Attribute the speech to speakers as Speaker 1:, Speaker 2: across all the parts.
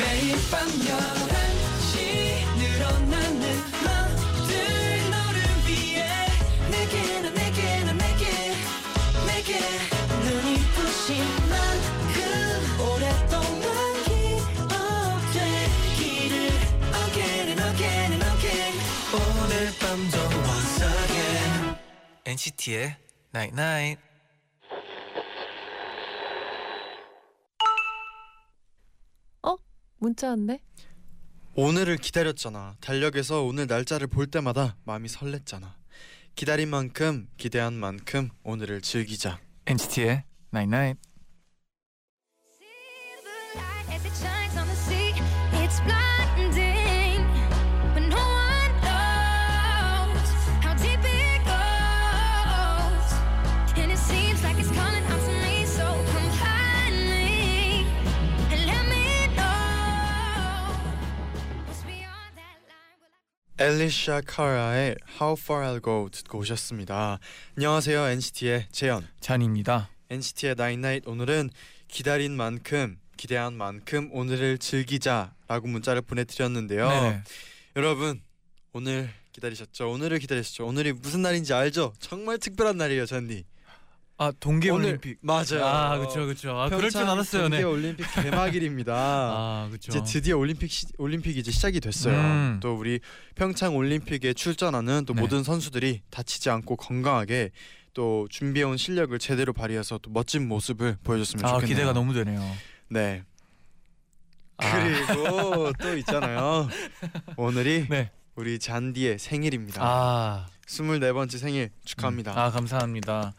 Speaker 1: 매일 밤 11시 늘어나는 맘들 너를 위해 내게 난 내게 난 내게 내게 눈이 부신 만큼 오랫동안 기억되기를 Again and again and again 오늘 밤도 once again
Speaker 2: NCT의 Night Night.
Speaker 3: 문자 왔네.
Speaker 4: 오늘을 기다렸잖아. 달력에서 오늘 날짜를 볼 때마다 마음이 설렜잖아. 기다린 만큼 기대한 만큼 오늘을 즐기자.
Speaker 2: NCT의 Night Night.
Speaker 5: See the light as it shines on the sea. It's blinding, but no one knows how deep it goes. And it seems like it's calling out to me, so come find me and let me know what's beyond that line. Will I-
Speaker 4: 엘리샤 카라의 How Far I'll Go 듣고 오셨습니다. 안녕하세요. NCT의 재현.
Speaker 2: 잔입니다.
Speaker 4: NCT의 Nine Night 오늘은 기다린 만큼 기대한 만큼 오늘을 즐기자라고 문자를 보내드렸는데요.
Speaker 2: 네네.
Speaker 4: 여러분 오늘 기다리셨죠? 오늘을 기다리셨죠? 오늘이 무슨 날인지 알죠? 정말 특별한 날이에요, 잔디.
Speaker 2: 아 동계올림픽.
Speaker 4: 맞아요.
Speaker 2: 아 그렇죠 그렇죠. 아 그럴 줄
Speaker 4: 평창
Speaker 2: 알았어요. 네.
Speaker 4: 동계 올림픽 개막일입니다.
Speaker 2: 아 그렇죠.
Speaker 4: 이제 드디어 올림픽 시, 올림픽이 이제 시작이 됐어요.
Speaker 2: 음.
Speaker 4: 또 우리 평창 올림픽에 출전하는 또
Speaker 2: 네.
Speaker 4: 모든 선수들이 다치지 않고 건강하게 또 준비해온 실력을 제대로 발휘해서 또 멋진 모습을 보여줬으면
Speaker 2: 아
Speaker 4: 좋겠네요.
Speaker 2: 기대가 너무 되네요.
Speaker 4: 네.
Speaker 2: 아.
Speaker 4: 그리고 또 있잖아요. 오늘이
Speaker 2: 네.
Speaker 4: 우리 잔디의 생일입니다.
Speaker 2: 아,
Speaker 4: 24번째 생일 축하합니다.
Speaker 2: 아 감사합니다.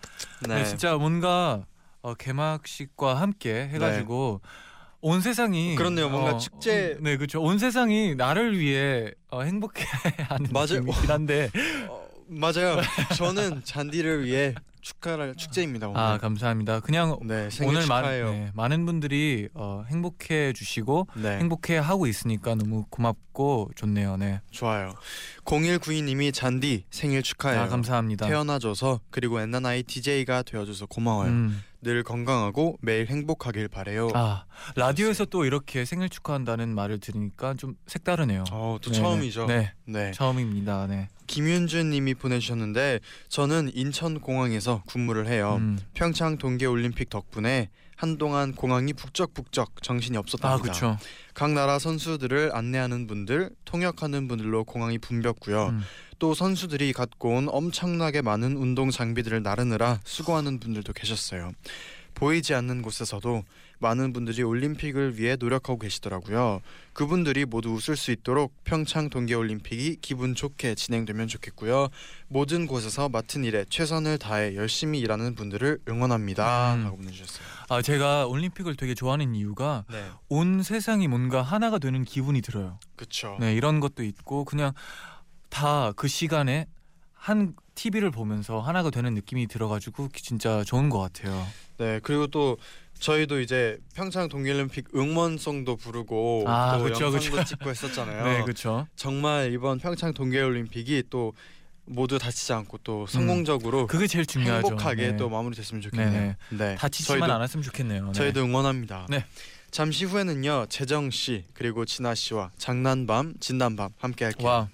Speaker 2: 네.
Speaker 4: 네.
Speaker 2: 진짜 뭔가 어, 개막식과 함께 해가지고 온 세상이
Speaker 4: 네. 그렇네요. 뭔가 축제-
Speaker 2: 어, 네 그렇죠. 온 세상이 나를 위해 어, 행복해 하는
Speaker 4: 맞아요.
Speaker 2: 느낌이긴 한데
Speaker 4: 어, 맞아요. 저는 잔디를 위해 축하를 축제입니다. 오늘.
Speaker 2: 아 감사합니다. 그냥
Speaker 4: 네, 생일
Speaker 2: 오늘 많,
Speaker 4: 축하해요.
Speaker 2: 네, 많은 분들이 어, 행복해 주시고
Speaker 4: 네.
Speaker 2: 행복해 하고 있으니까 너무 고맙고 좋네요. 네.
Speaker 4: 좋아요. 0192님이 잔디 생일 축하해요.
Speaker 2: 아 감사합니다.
Speaker 4: 태어나줘서 그리고 엔나나이 DJ가 되어줘서 고마워요.
Speaker 2: 음.
Speaker 4: 늘 건강하고 매일 행복하길 바래요.
Speaker 2: 아 라디오에서 또 이렇게 생일 축하한다는 말을 들으니까 좀 색다르네요.
Speaker 4: 어, 또
Speaker 2: 네,
Speaker 4: 처음이죠.
Speaker 2: 네,
Speaker 4: 네.
Speaker 2: 처음입니다. 네.
Speaker 4: 김윤준님이 보내주셨는데 저는 인천 공항에서 근무를 해요.
Speaker 2: 음.
Speaker 4: 평창 동계올림픽 덕분에 한동안 공항이 북적북적 정신이
Speaker 2: 아
Speaker 4: 없었답니다.
Speaker 2: 그렇죠.
Speaker 4: 각 나라 선수들을 안내하는 분들, 통역하는 분들로 공항이 붐볐고요.
Speaker 2: 음.
Speaker 4: 또 선수들이 갖고 온 엄청나게 많은 운동 장비들을 나르느라 수고하는 분들도 계셨어요. 보이지 않는 곳에서도 많은 분들이 올림픽을 위해 노력하고 계시더라고요. 그분들이 모두 웃을 수 있도록 평창 동계올림픽이 기분 좋게 진행되면 좋겠고요. 모든 곳에서 맡은 일에 최선을 다해 열심히 일하는 분들을 응원합니다.
Speaker 2: 음.
Speaker 4: 라고 보내주셨어요.
Speaker 2: 아 제가 올림픽을 되게 좋아하는 이유가
Speaker 4: 네,
Speaker 2: 온 세상이 뭔가 하나가 되는 기분이 들어요.
Speaker 4: 그렇죠.
Speaker 2: 네 이런 것도 있고 그냥 다 그 시간에 한 TV를 보면서 하나가 되는 느낌이 들어가지고 진짜 좋은 것 같아요.
Speaker 4: 네 그리고 또 저희도 이제 평창 동계올림픽 응원송도 부르고
Speaker 2: 아,
Speaker 4: 또
Speaker 2: 그쵸,
Speaker 4: 영상도
Speaker 2: 그쵸.
Speaker 4: 찍고 했었잖아요.
Speaker 2: 네 그렇죠.
Speaker 4: 정말 이번 평창 동계올림픽이 또 모두 다치지 않고 또 성공적으로
Speaker 2: 음, 그게 제일 중요하죠.
Speaker 4: 행복하게
Speaker 2: 네.
Speaker 4: 또 마무리됐으면 좋겠네요. 네
Speaker 2: 다치지만
Speaker 4: 저희도,
Speaker 2: 않았으면 좋겠네요. 네.
Speaker 4: 저희도 응원합니다.
Speaker 2: 네.
Speaker 4: 잠시 후에는요 재정 씨 그리고 진아 씨와 장난밤 진단밤 함께할게요.
Speaker 2: 네. 와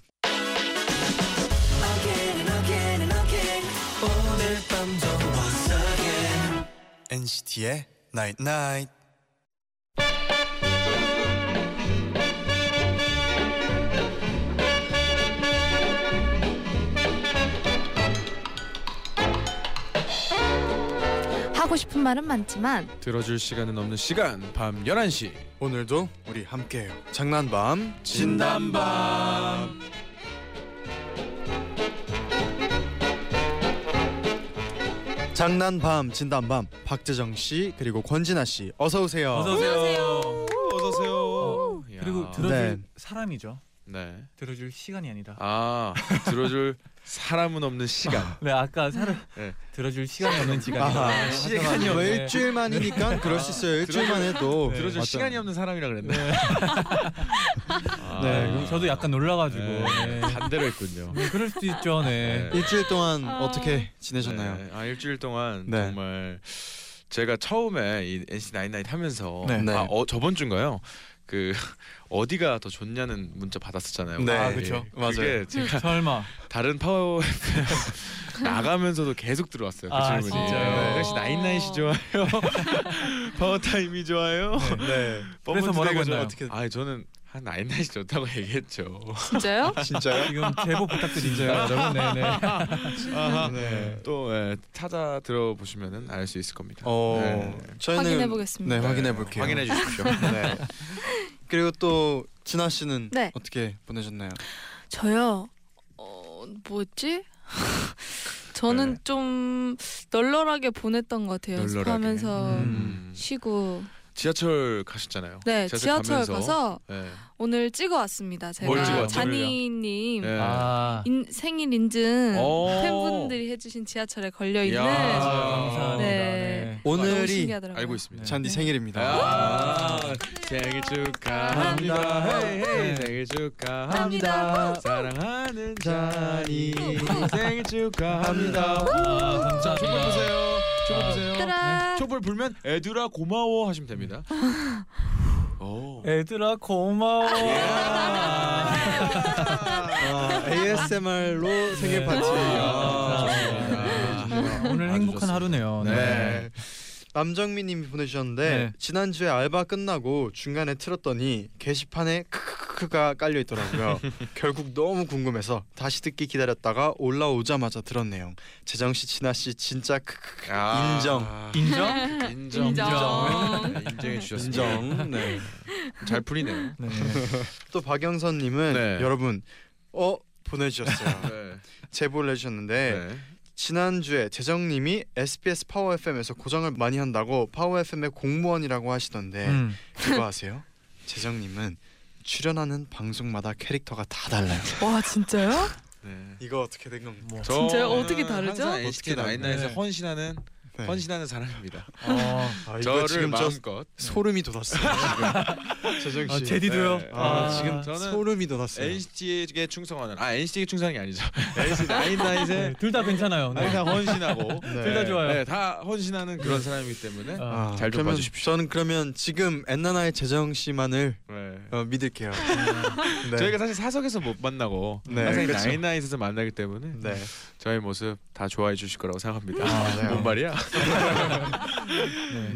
Speaker 1: Again and again and again 오늘 밤도 once again
Speaker 4: NCT의 Night Night.
Speaker 6: 하고 싶은 말은 많지만
Speaker 7: 들어줄 시간은 없는 시간 밤 11시
Speaker 4: 오늘도 우리 함께해요. 장난밤
Speaker 7: 진단밤.
Speaker 4: 장난밤 진단밤 박재정 씨 그리고 권진아 씨 어서 오세요.
Speaker 2: 어서 오세요.
Speaker 7: 어서오세요
Speaker 2: 그리고
Speaker 7: 들어
Speaker 2: 들어줄
Speaker 4: 네.
Speaker 2: 사람이죠.
Speaker 7: 네.
Speaker 2: 들어줄 시간이 아니다.
Speaker 7: 아 들어줄 사람은 없는 시간
Speaker 2: 네 아까 사람
Speaker 7: 네.
Speaker 2: 들어줄 시간이 없는 시간이다.
Speaker 4: 아하, 시간이
Speaker 2: 하셔가지고,
Speaker 4: 뭐
Speaker 2: 네.
Speaker 4: 일주일만이니까 그럴 수 있어요. 일주일만 해도
Speaker 2: 네.
Speaker 7: 들어줄
Speaker 4: 맞잖아요.
Speaker 7: 시간이 없는 사람이라 그랬네
Speaker 2: 네.
Speaker 7: 아,
Speaker 4: 네,
Speaker 2: 그럼 저도 약간 놀라가지고
Speaker 7: 네,
Speaker 2: 네.
Speaker 7: 반대로 했군요
Speaker 2: 네, 그럴 수도 있죠. 네.
Speaker 7: 네.
Speaker 4: 일주일 동안
Speaker 3: 아.
Speaker 4: 어떻게 지내셨나요?
Speaker 7: 네, 아 일주일 동안
Speaker 4: 네.
Speaker 7: 정말 제가 처음에 이 NC 나인나잇 하면서
Speaker 4: 네.
Speaker 7: 아, 어, 저번 주인가요? 그 어디가 더 좋냐는 문자 받았었잖아요.
Speaker 4: 네.
Speaker 2: 아, 그쵸.
Speaker 7: 맞아요.
Speaker 4: 맞아요.
Speaker 7: 제가
Speaker 2: 설마
Speaker 7: 다른 파워 FM 나가면서도 계속 들어왔어요. 그
Speaker 2: 아,
Speaker 7: 질문이.
Speaker 2: 진짜요?
Speaker 7: 네. 혹시 나인나잇이 좋아요? 파워 타임이 좋아요?
Speaker 4: 네.
Speaker 2: 그래서 뭐라고 했나요?
Speaker 4: 어떻게
Speaker 7: 아, 저는 한 나인나잇이 좋다고 얘기했죠.
Speaker 3: 진짜요?
Speaker 4: 진짜요?
Speaker 2: 지금 제보 부탁드립니다. 여러분. 네네.
Speaker 4: 네.
Speaker 7: 또 예, 찾아 들어보시면은 알 수 있을 겁니다.
Speaker 4: 어
Speaker 7: 네.
Speaker 4: 저희는
Speaker 3: 확인해 보겠습니다.
Speaker 4: 네 확인해 볼게요.
Speaker 7: 확인해 주십시오.
Speaker 4: 네. 그리고 또 진아 씨는
Speaker 6: 네.
Speaker 4: 어떻게 보내셨나요?
Speaker 3: 저요. 어, 뭐였지? 저는
Speaker 7: 네.
Speaker 3: 좀 널널하게 보냈던 것 같아요.
Speaker 7: 널널하게.
Speaker 2: 어.
Speaker 3: 연습하면서
Speaker 7: 음.
Speaker 3: 쉬고.
Speaker 7: 지하철 가셨잖아요.
Speaker 3: 네, 지하철
Speaker 7: 가면서.
Speaker 3: 가서
Speaker 7: 예.
Speaker 3: 오늘 찍어 왔습니다. 제가
Speaker 7: 뭘 찍어 왔어요?
Speaker 3: 자니님
Speaker 7: 예.
Speaker 2: 아,
Speaker 3: 인, 생일 인증
Speaker 7: 오.
Speaker 3: 팬분들이 해주신 지하철에 걸려
Speaker 7: 어. 이야.
Speaker 3: 있는
Speaker 2: 아,
Speaker 7: 네.
Speaker 2: 감사합니다. 네.
Speaker 3: 너무
Speaker 4: 오늘이
Speaker 3: 신기하더라고요.
Speaker 7: 알고 있습니다.
Speaker 4: 잔디
Speaker 3: 네.
Speaker 4: 생일입니다.
Speaker 7: 아, 생일 축하합니다. 헤이, 헤이, 생일 축하합니다. 사랑하는 자니
Speaker 3: 아,
Speaker 7: 생일 축하합니다.
Speaker 2: 아,
Speaker 7: 촛불
Speaker 2: 감사합니다.
Speaker 7: 보세요. 촛불 보세요.
Speaker 3: 따라.
Speaker 7: 촛불 불면 애들아 고마워 하시면 됩니다. 오.
Speaker 2: 애들아 고마워.
Speaker 4: 아, ASMR로 생일
Speaker 2: 네.
Speaker 4: 파티.
Speaker 2: 아,
Speaker 4: 아,
Speaker 7: 감사합니다.
Speaker 4: 좋습니다.
Speaker 2: 오늘
Speaker 7: 아, 아주
Speaker 2: 행복한
Speaker 7: 좋습니다.
Speaker 2: 하루네요.
Speaker 4: 네. 남정민님이 보내주셨는데
Speaker 2: 네.
Speaker 4: 지난주에 알바 끝나고 중간에 틀었더니 게시판에 크크크가 깔려 있더라고요. 결국 너무 궁금해서 다시 듣기 기다렸다가 올라오자마자 들었네요. 재정 씨, 진아 씨 진짜 크크크
Speaker 7: 아.
Speaker 4: 인정.
Speaker 2: 인정?
Speaker 7: 인정.
Speaker 3: 인정.
Speaker 7: 네, 인정해 주셨습니다.
Speaker 4: 인정. 네.
Speaker 7: 잘 풀리네요.
Speaker 2: 네.
Speaker 4: 또 박영선님은
Speaker 7: 네.
Speaker 4: 여러분 어 보내주셨어요.
Speaker 7: 네.
Speaker 4: 제보를 해주셨는데
Speaker 7: 네.
Speaker 4: 지난주에 재정님이 SBS 파워 FM에서 고정을 많이 한다고 파워 FM의 공무원이라고 하시던데
Speaker 2: 음.
Speaker 4: 그거 아세요? 재정님은 출연하는 방송마다 캐릭터가 다 달라요.
Speaker 3: 와 진짜요?
Speaker 7: 네.
Speaker 4: 이거 어떻게 된 겁니까?
Speaker 2: 뭐.
Speaker 3: 진짜요?
Speaker 7: 저는
Speaker 3: 어떻게 다르죠?
Speaker 7: 항상 NCT
Speaker 4: 어떻게 다르-
Speaker 7: 나인나에서
Speaker 2: 네.
Speaker 7: 헌신하는
Speaker 4: 네.
Speaker 7: 헌신하는 사람입니다.
Speaker 2: 어.
Speaker 4: 아, 이거
Speaker 7: 저를
Speaker 4: 지금 저
Speaker 7: 마음껏
Speaker 4: 소름이 돋았어요. 지금. 재정 씨.
Speaker 2: 아, 제디도요?
Speaker 7: 네.
Speaker 4: 아,
Speaker 2: 아,
Speaker 4: 지금
Speaker 7: 저는
Speaker 4: 소름이 돋았어요.
Speaker 7: 네. NCT에게 충성하는 아 NCT에게 충성이 아니죠. NCT 나인나잇에
Speaker 2: 둘 다 괜찮아요. 네.
Speaker 7: 항상 헌신하고
Speaker 4: 둘다
Speaker 2: 좋아요.
Speaker 7: 네, 다 헌신하는 그런 사람이기 때문에
Speaker 2: 아.
Speaker 7: 잘좀
Speaker 4: 그러면
Speaker 7: 봐주십시오.
Speaker 4: 저는 그러면 지금 엔나나의 재정 씨만을
Speaker 7: 네.
Speaker 4: 어, 믿을게요. 네.
Speaker 7: 저희가 사실 사석에서 못 만나고
Speaker 4: 네,
Speaker 7: 항상
Speaker 4: 그렇죠.
Speaker 7: 나인나잇에서 만나기 때문에
Speaker 4: 네.
Speaker 7: 저희 모습 다 좋아해 주실 거라고 생각합니다.
Speaker 4: 아, 네.
Speaker 7: 뭔 말이야?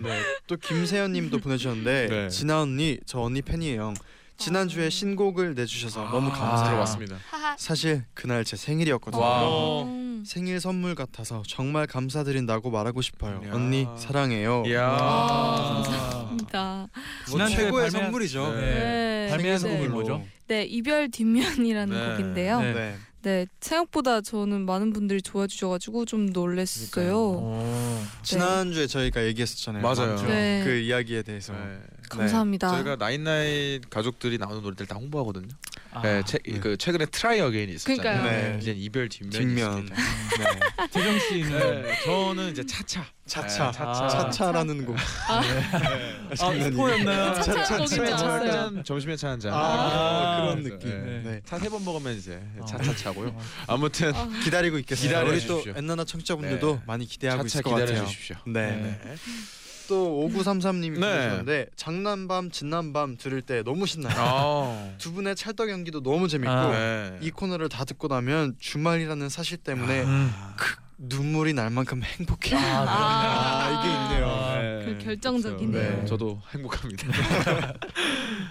Speaker 4: 네. 또 김세현님도 보내주셨는데
Speaker 7: 네.
Speaker 4: 진아 언니 저 언니 팬이에요. 지난주에 신곡을 내주셔서 너무
Speaker 2: 아.
Speaker 4: 감사해요.
Speaker 7: 들어봤습니다.
Speaker 6: 하하.
Speaker 4: 사실 그날 제 생일이었거든요.
Speaker 7: 와우.
Speaker 1: 어.
Speaker 3: 음,
Speaker 4: 생일 선물 같아서 정말 감사드린다고 말하고 싶어요.
Speaker 7: 야.
Speaker 4: 언니 사랑해요.
Speaker 7: 이야.
Speaker 3: 아,
Speaker 2: 아.
Speaker 3: 감사합니다.
Speaker 4: 뭐
Speaker 2: 지난주에
Speaker 4: 최고의
Speaker 2: 발매한-
Speaker 4: 선물이죠.
Speaker 7: 네.
Speaker 3: 네.
Speaker 2: 발매한
Speaker 3: 네.
Speaker 2: 곡이 뭐죠?
Speaker 3: 네 이별 뒷면이라는
Speaker 7: 네.
Speaker 3: 곡인데요.
Speaker 4: 네.
Speaker 3: 네. 생각보다 저는 많은 분들이 좋아해 주셔가지고 좀 놀랐어요.
Speaker 4: 지난주에 저희가 얘기했었잖아요.
Speaker 7: 맞아요.
Speaker 4: 남주.
Speaker 3: 네.
Speaker 4: 그 이야기에 대해서.
Speaker 7: 네.
Speaker 3: 감사합니다.
Speaker 7: 저희가 나인나잇 가족들이 나오는 노래들 다 홍보하거든요.
Speaker 2: 아,
Speaker 7: 네, 채,
Speaker 4: 네.
Speaker 7: 그 최근에 트라이 어게인이 있었잖아요.
Speaker 3: 그러니까요.
Speaker 2: 네.
Speaker 7: 이제 이별 뒷면이
Speaker 4: 뒷면.
Speaker 7: 있습니다.
Speaker 4: 네.
Speaker 2: 재정 씨는
Speaker 7: 네, 저는 이제 차차.
Speaker 4: 차차.
Speaker 7: 네, 차차.
Speaker 4: 차차라는 곡. 아,
Speaker 2: 아,
Speaker 4: 장난이에요.
Speaker 2: 스포였나요?
Speaker 7: 네.
Speaker 3: 차차 곡인 줄
Speaker 7: 차차 한
Speaker 3: 알았어요.
Speaker 7: 잔, 점심에 차 한 잔.
Speaker 4: 아,
Speaker 2: 아,
Speaker 4: 그런
Speaker 7: 그래서,
Speaker 4: 느낌.
Speaker 7: 예.
Speaker 4: 네.
Speaker 7: 차 세 번 먹으면 이제
Speaker 2: 어.
Speaker 7: 차차 차고요. 아무튼
Speaker 4: 기다리고 있겠습니다.
Speaker 7: 기다려
Speaker 4: 우리 또
Speaker 7: 주십시오.
Speaker 4: 엔나나 청취자분들도
Speaker 7: 네.
Speaker 4: 많이 기대하고
Speaker 7: 차차
Speaker 4: 있을 것 같아요.
Speaker 7: 기다려 주십시오.
Speaker 4: 네.
Speaker 2: 네.
Speaker 4: 또 5933님이
Speaker 7: 네.
Speaker 4: 보내셨는데 장난밤 진난밤 들을 때 너무 신나요.
Speaker 7: 아,
Speaker 4: 두 분의 찰떡 연기도 너무 재밌고
Speaker 2: 아.
Speaker 7: 네.
Speaker 4: 이 코너를 다 듣고 나면 주말이라는 사실 때문에
Speaker 7: 아.
Speaker 2: 음.
Speaker 4: 눈물이 날 만큼 행복해요. 아, 이게 있네요.
Speaker 7: 네,
Speaker 3: 그 결정적이네요.
Speaker 7: 그렇죠.
Speaker 4: 네.
Speaker 7: 저도 행복합니다. 아.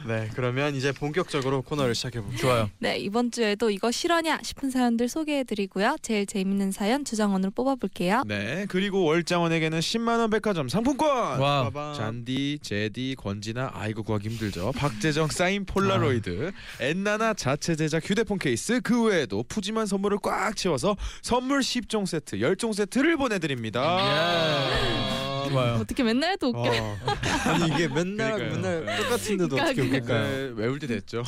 Speaker 4: 네, 그러면 이제 본격적으로 코너를 시작해 봅니다.
Speaker 2: 좋아요.
Speaker 3: 네 이번 주에도 이거 실화냐 싶은 사연들 소개해드리고요. 제일 재밌는 사연 주장원으로 뽑아볼게요.
Speaker 7: 네, 그리고 월장원에게는 10만 원 백화점
Speaker 4: 아,
Speaker 7: 상품권.
Speaker 2: 와.
Speaker 7: 잔디, 제디, 권지나 아이고 구하기 힘들죠. 박재정 사인 폴라로이드,
Speaker 4: 아.
Speaker 7: 엔나나 자체 제작 휴대폰 케이스 그 외에도 푸짐한 선물을 꽉 채워서 선물 10종 세트, 10종 세트를
Speaker 4: 아,
Speaker 7: 보내드립니다.
Speaker 2: 예. 좋아요.
Speaker 3: 어떻게 맨날 또 웃겨?
Speaker 4: 예. 어. 아니 이게 맨날
Speaker 7: 그러니까요.
Speaker 4: 맨날
Speaker 7: 네.
Speaker 4: 똑같은데도 어떻게 웃길까요?
Speaker 7: 네, 외울 때 됐죠.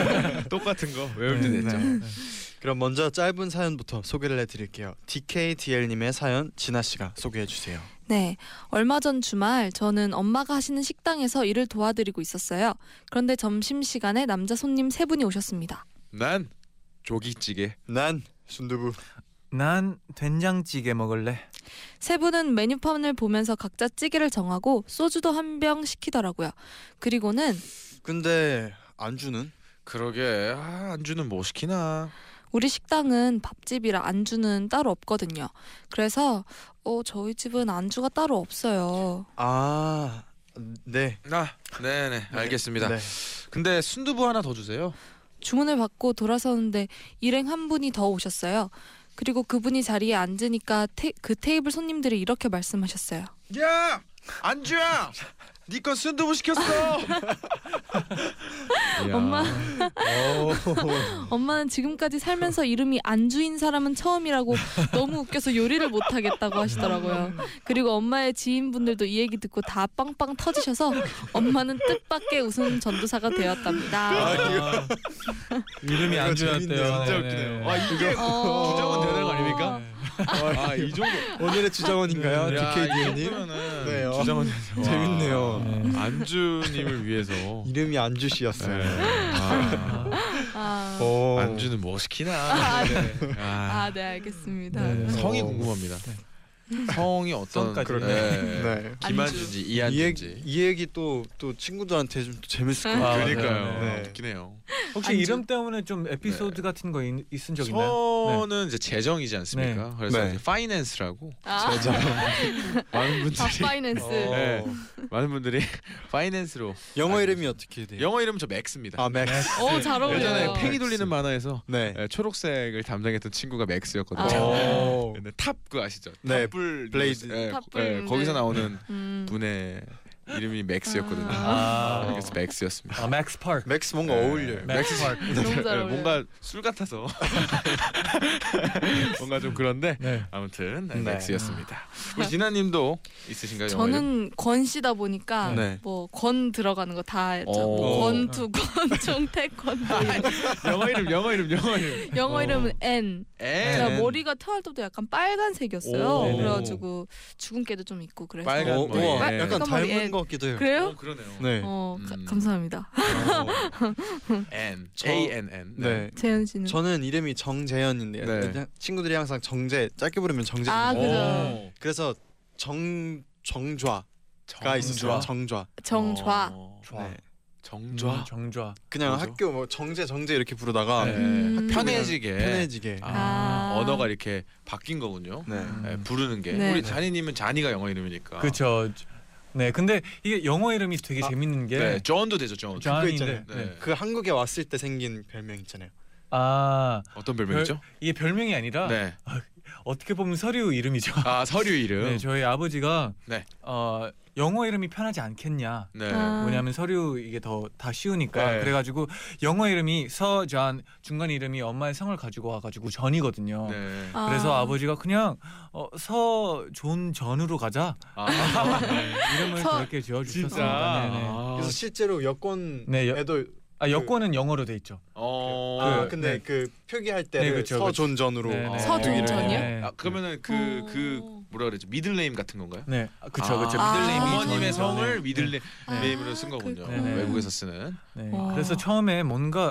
Speaker 7: 똑같은 거 외울 때
Speaker 4: 네,
Speaker 7: 됐죠.
Speaker 4: 네. 그럼 먼저 짧은 사연부터 소개를 해드릴게요. DKDL님의 사연 진아 씨가 소개해 주세요.
Speaker 3: 네. 얼마 전 주말 저는 엄마가 하시는 식당에서 일을 도와드리고 있었어요. 그런데 점심 시간에 남자 손님 세 분이 오셨습니다.
Speaker 7: 난 조기찌개.
Speaker 4: 난 순두부.
Speaker 2: 난 된장찌개 먹을래.
Speaker 3: 세 분은 메뉴판을 보면서 각자 찌개를 정하고 소주도 한 병 시키더라고요. 그리고는
Speaker 4: 근데 안주는?
Speaker 7: 그러게 아, 안주는 뭐 시키나
Speaker 3: 우리 식당은 밥집이라 안주는 따로 없거든요. 그래서 어, 저희 집은 안주가 따로 없어요.
Speaker 4: 아, 네.
Speaker 7: 아 네네 알겠습니다
Speaker 4: 네.
Speaker 7: 근데 순두부 하나 더 주세요
Speaker 3: 주문을 받고 돌아서는데 일행 한 분이 더 오셨어요. 그리고 그분이 자리에 앉으니까 테, 그 테이블 손님들이 이렇게 말씀하셨어요.
Speaker 7: 야 안주야 니건 순두부 시켰어
Speaker 3: 엄마.
Speaker 7: 오.
Speaker 3: 엄마는 지금까지 살면서 이름이 안주인 사람은 처음이라고 너무 웃겨서 요리를 못하겠다고 하시더라고요. 그리고 엄마의 지인분들도 이 얘기 듣고 다 빵빵 터지셔서 엄마는 뜻밖의 웃음 전도사가 되었답니다.
Speaker 2: 아, 이름이
Speaker 4: 이거 재밌네요.
Speaker 2: 안주였대요.
Speaker 4: 진짜 웃기네요.
Speaker 7: 아 이게
Speaker 3: 어.
Speaker 7: 주정은 되는 거 아닙니까? 어, 아이 정도
Speaker 4: 오늘의 주정원인가요? DK 기현님? 네,
Speaker 7: DKD님
Speaker 4: 어.
Speaker 7: 주정은
Speaker 4: 재밌네요.
Speaker 2: 네.
Speaker 7: 안주님을 위해서
Speaker 4: 이름이 안주 씨였어요. 어.
Speaker 7: 네. 아,
Speaker 3: 아,
Speaker 4: 오.
Speaker 7: 안주는 뭐 시키나
Speaker 3: 아, 네.
Speaker 7: 아,
Speaker 3: 아, 네, 알겠습니다.
Speaker 2: 네.
Speaker 7: 성이 궁금합니다. 어. 성이 어떤
Speaker 2: 성까지.
Speaker 7: 네.
Speaker 4: 네.
Speaker 7: 김한주인지
Speaker 4: 이 얘기,
Speaker 7: 이한주인지
Speaker 4: 이 얘기 또, 또 친구들한테 좀 재밌을 것
Speaker 2: 아,
Speaker 4: 같아요.
Speaker 7: 그러니까요.
Speaker 4: 네.
Speaker 7: 웃기네요.
Speaker 2: 혹시
Speaker 3: 안주.
Speaker 2: 이름 때문에 좀 에피소드 같은 거 있, 있은 적 있나요?
Speaker 7: 저는 이제 재정이지 않습니까? 그래서
Speaker 4: 네.
Speaker 7: 이제 파이낸스라고
Speaker 3: 아,
Speaker 7: 많은
Speaker 3: 밥
Speaker 7: 분들이
Speaker 3: 파이낸스.
Speaker 7: 네. 많은 분들이 파이낸스로
Speaker 4: 영어 이름이 어떻게 돼요?
Speaker 7: 영어 이름 저 맥스입니다.
Speaker 4: 아, 맥스.
Speaker 3: 오, 잘 어울려요. 음,
Speaker 7: 예전에
Speaker 4: 맥스.
Speaker 7: 팽이 돌리는 만화에서
Speaker 4: 네.
Speaker 7: 예, 초록색을 담당했던 친구가 맥스였거든요. 네,
Speaker 3: 아.
Speaker 4: 오.
Speaker 7: 근데 탑그 아시죠?
Speaker 4: 네,
Speaker 7: 탑불
Speaker 4: 블레이드.
Speaker 7: 예,
Speaker 3: 탑불,
Speaker 7: 예,
Speaker 3: 네.
Speaker 7: 거기서 나오는
Speaker 3: 음.
Speaker 7: 분의 이름이 맥스였거든요.
Speaker 2: 아.
Speaker 7: 그래서 맥스였습니다.
Speaker 2: 아, 맥스 파크.
Speaker 4: 맥스 뭔가
Speaker 7: 네.
Speaker 4: 어울려요.
Speaker 2: 맥스 파크.
Speaker 3: 너무 잘
Speaker 7: 예,
Speaker 3: 어울려요.
Speaker 7: 뭔가 술 같아서 뭔가 좀 그런데
Speaker 2: 네.
Speaker 7: 아무튼
Speaker 4: 네.
Speaker 7: 맥스였습니다. 우리 진아님도 있으신가요? 영화 이름?
Speaker 3: 저는 권 씨다 보니까
Speaker 4: 네.
Speaker 3: 뭐 권 들어가는 거 다 했죠.
Speaker 7: 어.
Speaker 3: 뭐 권투, 권총태, 권도
Speaker 7: 영어 이름 영어 이름 영어 이름.
Speaker 3: 영어
Speaker 7: 어.
Speaker 3: 이름은 N.
Speaker 7: 에
Speaker 3: 제가
Speaker 4: N.
Speaker 3: 머리가 태어날 때도 약간 빨간색이었어요.
Speaker 7: 네. 오.
Speaker 2: 네네.
Speaker 3: 그래가지고 주근깨도 좀 있고 그래서.
Speaker 7: 빨간
Speaker 4: 어,
Speaker 7: 머리.
Speaker 4: 우와,
Speaker 7: 네.
Speaker 4: 약간
Speaker 3: 빨간 머리
Speaker 4: 닮은
Speaker 3: 앤.
Speaker 4: 것 같기도 해요.
Speaker 3: 그래요?
Speaker 7: 어, 그러네요.
Speaker 4: 네.
Speaker 3: 어 가-
Speaker 7: 음.
Speaker 3: 감사합니다.
Speaker 7: N
Speaker 4: 저-
Speaker 7: J N N.
Speaker 4: 네.
Speaker 3: 재현 씨는
Speaker 4: 저는 이름이 정재현인데요.
Speaker 7: 네.
Speaker 4: 그냥 친구들이 항상 정재 짧게 부르면 정재.
Speaker 3: 아, 그죠.
Speaker 7: 오.
Speaker 4: 그래서 정 정좌가
Speaker 7: 정좌.
Speaker 4: 있어요. 정좌.
Speaker 3: 정좌.
Speaker 7: 어,
Speaker 2: 좋아.
Speaker 4: 네.
Speaker 7: 정좌.
Speaker 2: 음, 정좌.
Speaker 4: 그냥
Speaker 7: 뭐죠?
Speaker 4: 학교 뭐 정재 정재 이렇게 부르다가
Speaker 7: 네.
Speaker 3: 음.
Speaker 7: 편해지게.
Speaker 4: 편해지게.
Speaker 7: 아,
Speaker 3: 아.
Speaker 7: 언어가 이렇게 바뀐 거군요.
Speaker 4: 네.
Speaker 7: 네,
Speaker 2: 음.
Speaker 7: 부르는 게
Speaker 3: 네.
Speaker 7: 우리 자니님은 자니가 영어 이름이니까.
Speaker 2: 그렇죠. 네, 근데 이게 영어 이름이 되게
Speaker 4: 아,
Speaker 2: 재밌는 게
Speaker 7: 네, 존도 되죠, 존.
Speaker 4: 그거
Speaker 2: 존인데
Speaker 4: 있잖아요.
Speaker 2: 네.
Speaker 7: 네.
Speaker 4: 그 한국에 왔을 때 생긴 별명 있잖아요.
Speaker 2: 아
Speaker 7: 어떤 별명이죠?
Speaker 2: 이게 별명이 아니라
Speaker 7: 네.
Speaker 2: 어떻게 보면 서류 이름이죠.
Speaker 7: 아 서류 이름.
Speaker 2: 네, 저희 아버지가
Speaker 7: 네.
Speaker 2: 어, 영어 이름이 편하지 않겠냐.
Speaker 7: 네.
Speaker 3: 아.
Speaker 2: 왜냐하면 서류 이게 더 다 쉬우니까
Speaker 7: 네.
Speaker 2: 그래가지고 영어 이름이 서전 중간 이름이 엄마의 성을 가지고 와가지고 전이거든요.
Speaker 7: 네.
Speaker 3: 아.
Speaker 2: 그래서 아버지가 그냥 어, 서존 전으로 가자
Speaker 7: 아.
Speaker 2: 이름을
Speaker 3: 서-
Speaker 2: 그렇게 지어주셨습니다.
Speaker 7: 진짜.
Speaker 2: 네네.
Speaker 7: 아.
Speaker 4: 그래서 실제로 여권에도
Speaker 2: 네, 여, 아, 여권은 영어로 돼 있죠.
Speaker 7: 어.
Speaker 4: 아
Speaker 2: 그-
Speaker 4: 근데
Speaker 2: 네.
Speaker 4: 그 표기할
Speaker 2: 네,
Speaker 4: 때를
Speaker 2: 그쵸,
Speaker 4: 서존전으로
Speaker 2: 네,
Speaker 7: 네.
Speaker 4: 표기를
Speaker 3: 서존전이요?
Speaker 4: 해요.
Speaker 2: 네.
Speaker 7: 아, 그러면은 그 그 뭐라 그러지? 미들네임 같은 건가요?
Speaker 2: 네, 아, 그쵸, 그쵸.
Speaker 3: 아.
Speaker 2: 미들네임이 전이죠.
Speaker 7: 어머님의 성을
Speaker 2: 네.
Speaker 7: 미들네임으로 쓴 거군요.
Speaker 2: 네, 네.
Speaker 7: 외국에서 쓰는.
Speaker 2: 네.
Speaker 3: 와.
Speaker 2: 그래서 처음에 뭔가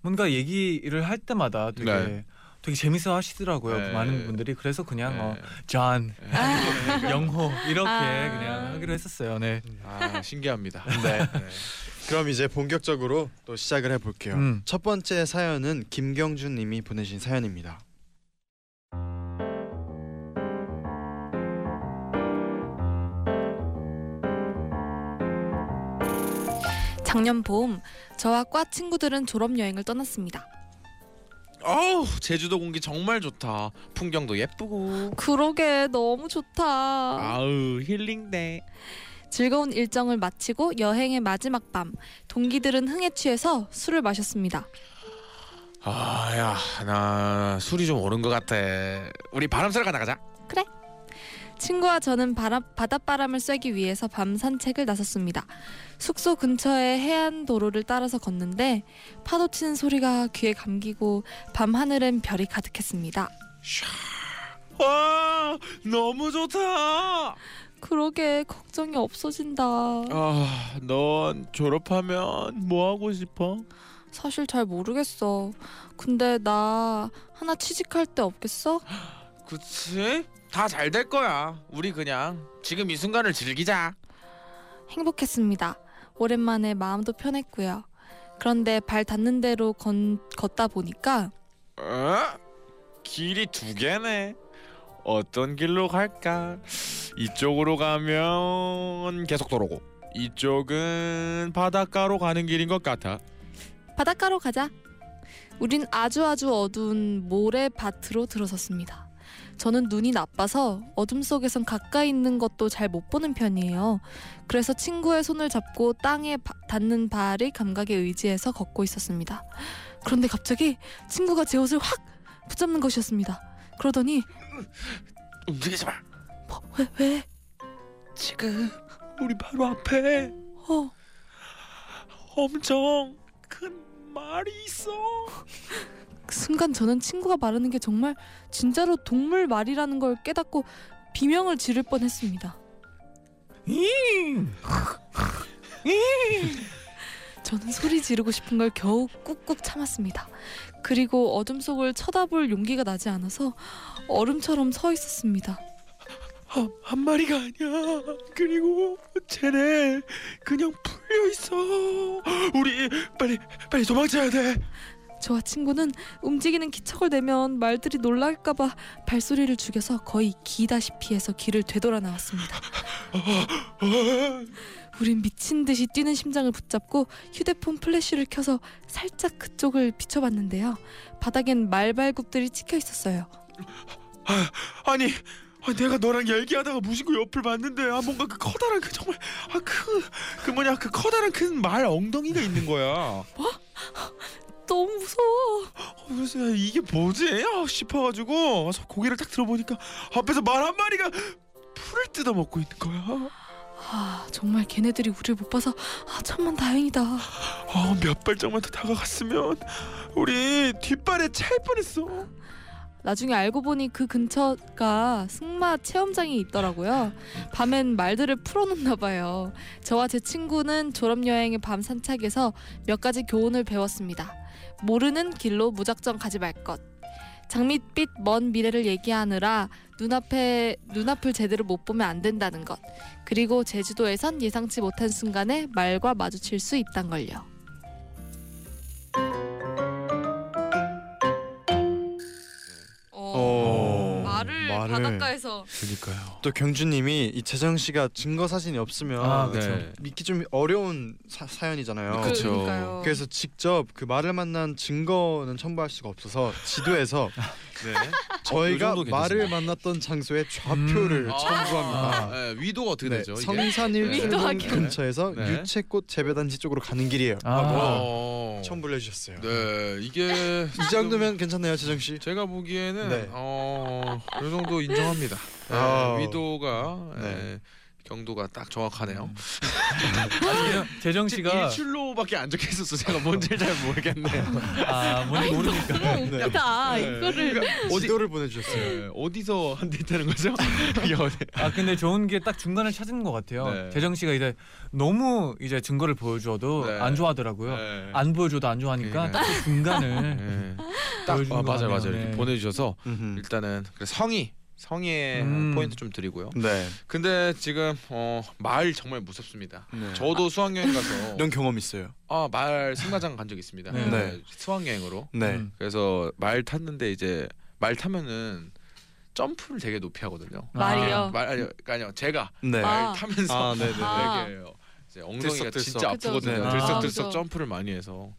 Speaker 2: 뭔가 얘기를 할 때마다 되게
Speaker 7: 네.
Speaker 2: 되게 재밌어 하시더라고요.
Speaker 7: 네.
Speaker 2: 많은 분들이 그래서 그냥
Speaker 7: 네.
Speaker 2: 어, 존, 영호 이렇게
Speaker 3: 아.
Speaker 2: 그냥 하기로 했었어요. 네.
Speaker 7: 아 신기합니다.
Speaker 4: 네.
Speaker 7: 네.
Speaker 4: 그럼 이제 본격적으로 또 시작을 해볼게요.
Speaker 2: 음.
Speaker 4: 첫 번째 사연은 김경준님이 보내신 사연입니다.
Speaker 3: 작년 봄 저와 과 친구들은 졸업 여행을 떠났습니다.
Speaker 7: 어우 제주도 공기 정말 좋다. 풍경도 예쁘고.
Speaker 3: 그러게 너무 좋다.
Speaker 7: 아우 힐링돼.
Speaker 3: 즐거운 일정을 마치고 여행의 마지막 밤 동기들은 흥에 취해서 술을 마셨습니다.
Speaker 7: 아야 나 술이 좀 오른 것 같아. 우리 바람 쐬러 가나 가자.
Speaker 3: 친구와 저는 바람, 바닷바람을 쐬기 위해서 밤 산책을 나섰습니다. 숙소 근처의 해안 도로를 따라서 걷는데 파도 치는 소리가 귀에 감기고 밤 하늘엔 별이 가득했습니다.
Speaker 7: 와 너무 좋다.
Speaker 3: 그러게 걱정이 없어진다.
Speaker 7: 아, 아넌 졸업하면 뭐 하고 싶어?
Speaker 3: 사실 잘 모르겠어. 근데 나 하나 취직할 데 없겠어?
Speaker 7: 그치? 다 잘 될 거야. 우리 그냥 지금 이 순간을 즐기자.
Speaker 3: 행복했습니다. 오랜만에 마음도 편했고요. 그런데 발 닿는 대로 건, 걷다 보니까
Speaker 7: 어? 길이 두 개네. 어떤 길로 갈까? 이쪽으로 가면 계속도로고 이쪽은 바닷가로 가는 길인 것 같아.
Speaker 3: 바닷가로 가자. 우린 아주 아주 어두운 모래밭으로 들어섰습니다. 저는 눈이 나빠서 어둠 속에선 가까이 있는 것도 잘 못 보는 편이에요. 그래서 친구의 손을 잡고 땅에 바- 닿는 발의 감각에 의지해서 걷고 있었습니다. 그런데 갑자기 친구가 제 옷을 확 붙잡는 것이었습니다. 그러더니
Speaker 7: 움직이지 마.
Speaker 3: 뭐, 왜, 왜?
Speaker 7: 지금 우리 바로 앞에
Speaker 3: 어,
Speaker 7: 엄청 큰 말이 있어.
Speaker 3: 그 순간 저는 친구가 말하는 게 정말 진짜로 동물 말이라는 걸 깨닫고 비명을 지를 뻔했습니다. 음. 저는 소리 지르고 싶은 걸 겨우 꾹꾹 참았습니다. 그리고 어둠 속을 쳐다볼 용기가 나지 않아서 얼음처럼 서 있었습니다.
Speaker 7: 한, 한 마리가 아니야. 그리고 쟤네 그냥 풀려 있어. 우리 빨리 빨리 도망쳐야 돼.
Speaker 3: 저와 친구는 움직이는 기척을 내면 말들이 놀랄까봐 발소리를 죽여서 거의 기다시피 해서 길을 되돌아 나왔습니다.
Speaker 7: 어?
Speaker 3: 우린 미친 듯이 뛰는 심장을 붙잡고 휴대폰 플래시를 켜서 살짝 그쪽을 비춰봤는데요. 바닥엔 말발굽들이 찍혀 있었어요.
Speaker 7: 아니 아, 내가 너랑 얘기하다가 무심코 옆을 봤는데 아 뭔가 그 커다란 그 정말 아그그 뭐냐 그 커다란 큰 말 엉덩이가 있는 거야.
Speaker 3: 너무 무서워.
Speaker 7: 어, 그래서 야, 이게 뭐지? 아, 싶어가지고 아, 와서 고개를 딱 들어보니까 앞에서 말 한 마리가 풀을 뜯어 먹고 있는 거야.
Speaker 3: 아 정말 걔네들이 우리를 못 봐서 아 천만 다행이다.
Speaker 7: 아, 몇 발짝만 더 다가갔으면 우리 뒷발에 찰 뻔했어.
Speaker 3: 나중에 알고 보니 그 근처가 승마 체험장이 있더라고요. 밤엔 말들을 풀어놓나 봐요. 저와 제 친구는 졸업여행의 밤 산책에서 몇 가지 교훈을 배웠습니다. 모르는 길로 무작정 가지 말 것. 장밋빛 먼 미래를 얘기하느라 눈앞에 눈앞을 제대로 못 보면 안 된다는 것. 그리고 제주도에선 예상치 못한 순간에 말과 마주칠 수 있단 걸요.
Speaker 4: 어,
Speaker 3: 말을, 바닷가에서
Speaker 7: 그니까요.
Speaker 4: 또 경주님이 이 재정 씨가 증거 사진이 없으면
Speaker 2: 아,
Speaker 7: 그쵸.
Speaker 4: 좀 믿기 좀 어려운 사, 사연이잖아요.
Speaker 7: 그쵸.
Speaker 3: 그러니까요.
Speaker 4: 그렇죠. 그래서 직접 그 말을 만난 증거는 첨부할 수가 없어서 지도에서
Speaker 7: 네.
Speaker 4: 저희가
Speaker 7: 정도 괜찮습니다.
Speaker 4: 말을 만났던 장소의 좌표를
Speaker 7: 음.
Speaker 4: 첨부합니다.
Speaker 7: 위도가 어떻게
Speaker 4: 네, 성산일
Speaker 7: 이게?
Speaker 4: 출봉
Speaker 3: 위도하게.
Speaker 4: 근처에서
Speaker 7: 네.
Speaker 4: 유채꽃 재배단지 쪽으로 가는 길이에요.
Speaker 2: 아.
Speaker 4: 라고 첨부를 해주셨어요.
Speaker 7: 어. 네, 이게
Speaker 4: 아. 이 정도면 괜찮나요, 재정 씨?
Speaker 7: 제가 보기에는
Speaker 4: 네.
Speaker 7: 어, 이 정도 인정합니다. 예,
Speaker 4: 아.
Speaker 7: 위도가 예,
Speaker 4: 네.
Speaker 7: 경도가 딱 정확하네요.
Speaker 3: 아,
Speaker 2: 그냥 아, 재정 씨가
Speaker 7: 일출로밖에 안 적혀 있었어. 제가 뭔지 잘 모르겠네요.
Speaker 2: 아 뭔지
Speaker 7: 그러니까.
Speaker 2: 모르니까
Speaker 3: 너무
Speaker 7: 네.
Speaker 3: 웃기다. 아, 이거를
Speaker 4: 지도를 보내주셨어요.
Speaker 7: 예, 그러니까 어디서 한대 있다는 거죠? 연애.
Speaker 2: 아 근데 좋은 게 딱 중간을 찾은 것 같아요.
Speaker 7: 네.
Speaker 2: 재정 씨가 이제 너무 이제 증거를 보여줘도
Speaker 7: 네.
Speaker 2: 안 좋아하더라고요.
Speaker 7: 예.
Speaker 2: 안 보여줘도 안 좋아하니까
Speaker 7: 그러니까요.
Speaker 2: 딱그 중간을
Speaker 7: 예. 딱
Speaker 2: 보여준 거
Speaker 7: 아, 맞아요,
Speaker 2: 같네요.
Speaker 7: 맞아요. 이렇게
Speaker 2: 네.
Speaker 7: 보내주셔서
Speaker 4: 음흠.
Speaker 7: 일단은 그래, 성의, 성의에
Speaker 2: 음.
Speaker 7: 포인트 좀 드리고요.
Speaker 4: 네.
Speaker 7: 근데 지금 어, 말 정말 무섭습니다.
Speaker 4: 네.
Speaker 7: 저도 수학여행 가서
Speaker 4: 이런 경험 있어요.
Speaker 7: 아, 말 승마장 간 적 있습니다.
Speaker 2: 네.
Speaker 4: 네.
Speaker 7: 수학여행으로.
Speaker 4: 네.
Speaker 2: 음.
Speaker 7: 그래서 말 탔는데 이제 말 타면은 점프를 되게 높이 하거든요.
Speaker 2: 네.
Speaker 7: 네,
Speaker 3: 말이요.
Speaker 7: 말 아니요, 아니요 제가
Speaker 4: 네.
Speaker 3: 아.
Speaker 7: 말 타면서
Speaker 4: 아, 네, 네.
Speaker 3: 아.
Speaker 7: 되게 이제 엉덩이가
Speaker 4: 들썩들썩.
Speaker 7: 진짜
Speaker 3: 그쵸,
Speaker 7: 아프거든요.
Speaker 2: 그쵸.
Speaker 7: 들썩들썩
Speaker 3: 아, 그죠.
Speaker 7: 점프를 많이 해서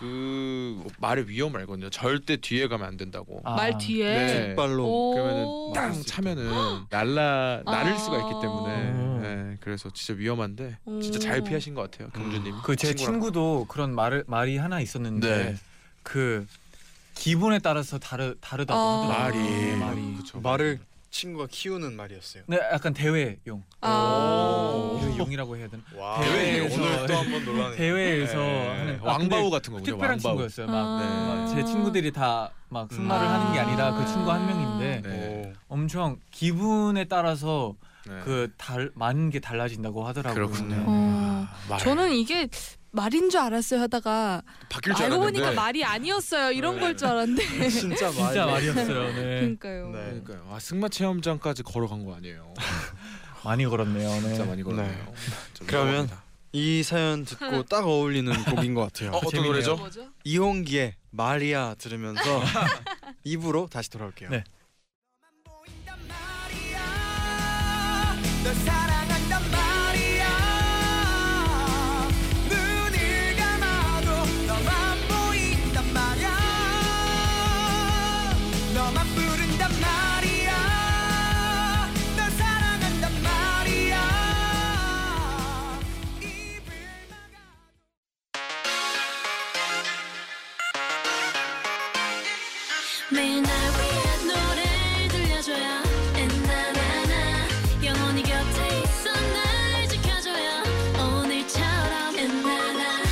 Speaker 7: 그 말의 위험을 알거든요. 절대 뒤에 가면 안 된다고.
Speaker 2: 아.
Speaker 3: 말 뒤에
Speaker 7: 네.
Speaker 4: 발로.
Speaker 3: 오.
Speaker 7: 그러면은 땅 차면은 날라 날을
Speaker 3: 아.
Speaker 7: 수가 있기 때문에
Speaker 2: 음.
Speaker 7: 네, 그래서 진짜 위험한데 진짜 잘
Speaker 8: 음.
Speaker 3: 오.
Speaker 7: 피하신 것 같아요 경주님.
Speaker 2: 그 제 친구도 그런 말을 말이 하나 있었는데
Speaker 7: 네.
Speaker 2: 그 기분에 따라서 다르 다르다고
Speaker 3: 아.
Speaker 2: 하더라고요.
Speaker 7: 말이
Speaker 2: 말이
Speaker 7: 그쵸.
Speaker 4: 말을 친구가 키우는 말이었어요.
Speaker 2: 네, 약간 대회용 어,
Speaker 3: 아.
Speaker 2: 용이라고 해야 되나?
Speaker 4: 와.
Speaker 2: 대회에서-
Speaker 4: 오늘 또 한 번 놀라네.
Speaker 2: 대회에서
Speaker 7: 네.
Speaker 2: 하는 아,
Speaker 7: 왕바우
Speaker 2: 근데
Speaker 7: 같은 거군요.
Speaker 2: 특별한
Speaker 7: 왕바우.
Speaker 2: 친구였어요. 막 네,
Speaker 3: 아.
Speaker 2: 제 친구들이 다 막 승마를
Speaker 3: 음.
Speaker 2: 하는 게 아니라 그 친구 한
Speaker 3: 아.
Speaker 2: 명인데
Speaker 7: 네.
Speaker 4: 오.
Speaker 2: 엄청 기분에 따라서
Speaker 7: 네.
Speaker 2: 그 달 많은 게 달라진다고 하더라고요.
Speaker 7: 그렇군요.
Speaker 3: 어. 저는 이게
Speaker 8: 말인 줄 알았어요 하다가
Speaker 7: 바뀔 줄
Speaker 8: 알고
Speaker 7: 알았는데.
Speaker 8: 보니까 말이 아니었어요 이런
Speaker 7: 네.
Speaker 8: 걸 줄 알았는데
Speaker 4: 진짜 말.
Speaker 2: 진짜 말이었어요. 네.
Speaker 8: 그러니까요.
Speaker 4: 네.
Speaker 7: 그러니까요. 아, 승마 체험장까지 걸어간 거 아니에요.
Speaker 2: 많이 걸었네요. 네.
Speaker 7: 진짜 많이 걸었네요.
Speaker 4: 네.
Speaker 7: 좀
Speaker 4: 그러면
Speaker 7: 무서워합니다.
Speaker 4: 이 사연 듣고 딱 어울리는 곡인 것 같아요.
Speaker 7: 어, 어떤
Speaker 2: 재밌네요.
Speaker 7: 노래죠?
Speaker 8: 뭐죠?
Speaker 4: 이홍기의 마리아 들으면서 입으로 다시 돌아올게요.
Speaker 2: 네.
Speaker 1: 보인단 말이야 널 사랑한단 말이야 눈을 감아도 너만 보인단 말이야 너만 부른단 말이야 널 사랑한단 말이야 입을 막아
Speaker 5: 매일 날 위한 노래를 들려줘요 엔나나나 영원히 곁에 있어 날 지켜줘요 오늘처럼 엔나나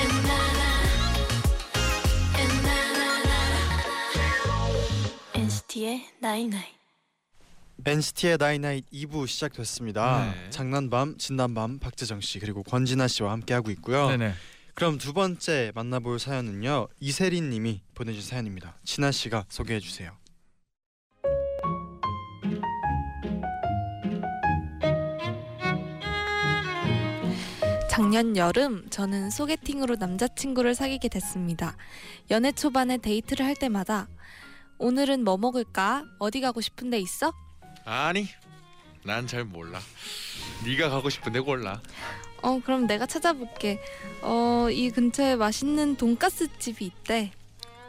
Speaker 5: 엔나나 엔나나나 NCT의 나잇나잇
Speaker 4: NCT의 나이나잇 2부 시작됐습니다.
Speaker 7: 네.
Speaker 4: 장난밤, 진난밤, 박재정 씨 그리고 권진아 씨와 함께 하고 있고요.
Speaker 2: 네네.
Speaker 4: 그럼 두 번째 만나볼 사연은요 이세린 님이 보내준 사연입니다. 진아 씨가 소개해 주세요.
Speaker 3: 작년 여름 저는 소개팅으로 남자친구를 사귀게 됐습니다. 연애 초반에 데이트를 할 때마다 오늘은 뭐 먹을까? 어디 가고 싶은 데 있어?
Speaker 7: 아니, 난 잘 몰라. 네가 가고 싶은데 골라.
Speaker 3: 어, 그럼 내가 찾아볼게. 어, 이 근처에 맛있는 돈가스 집이 있대.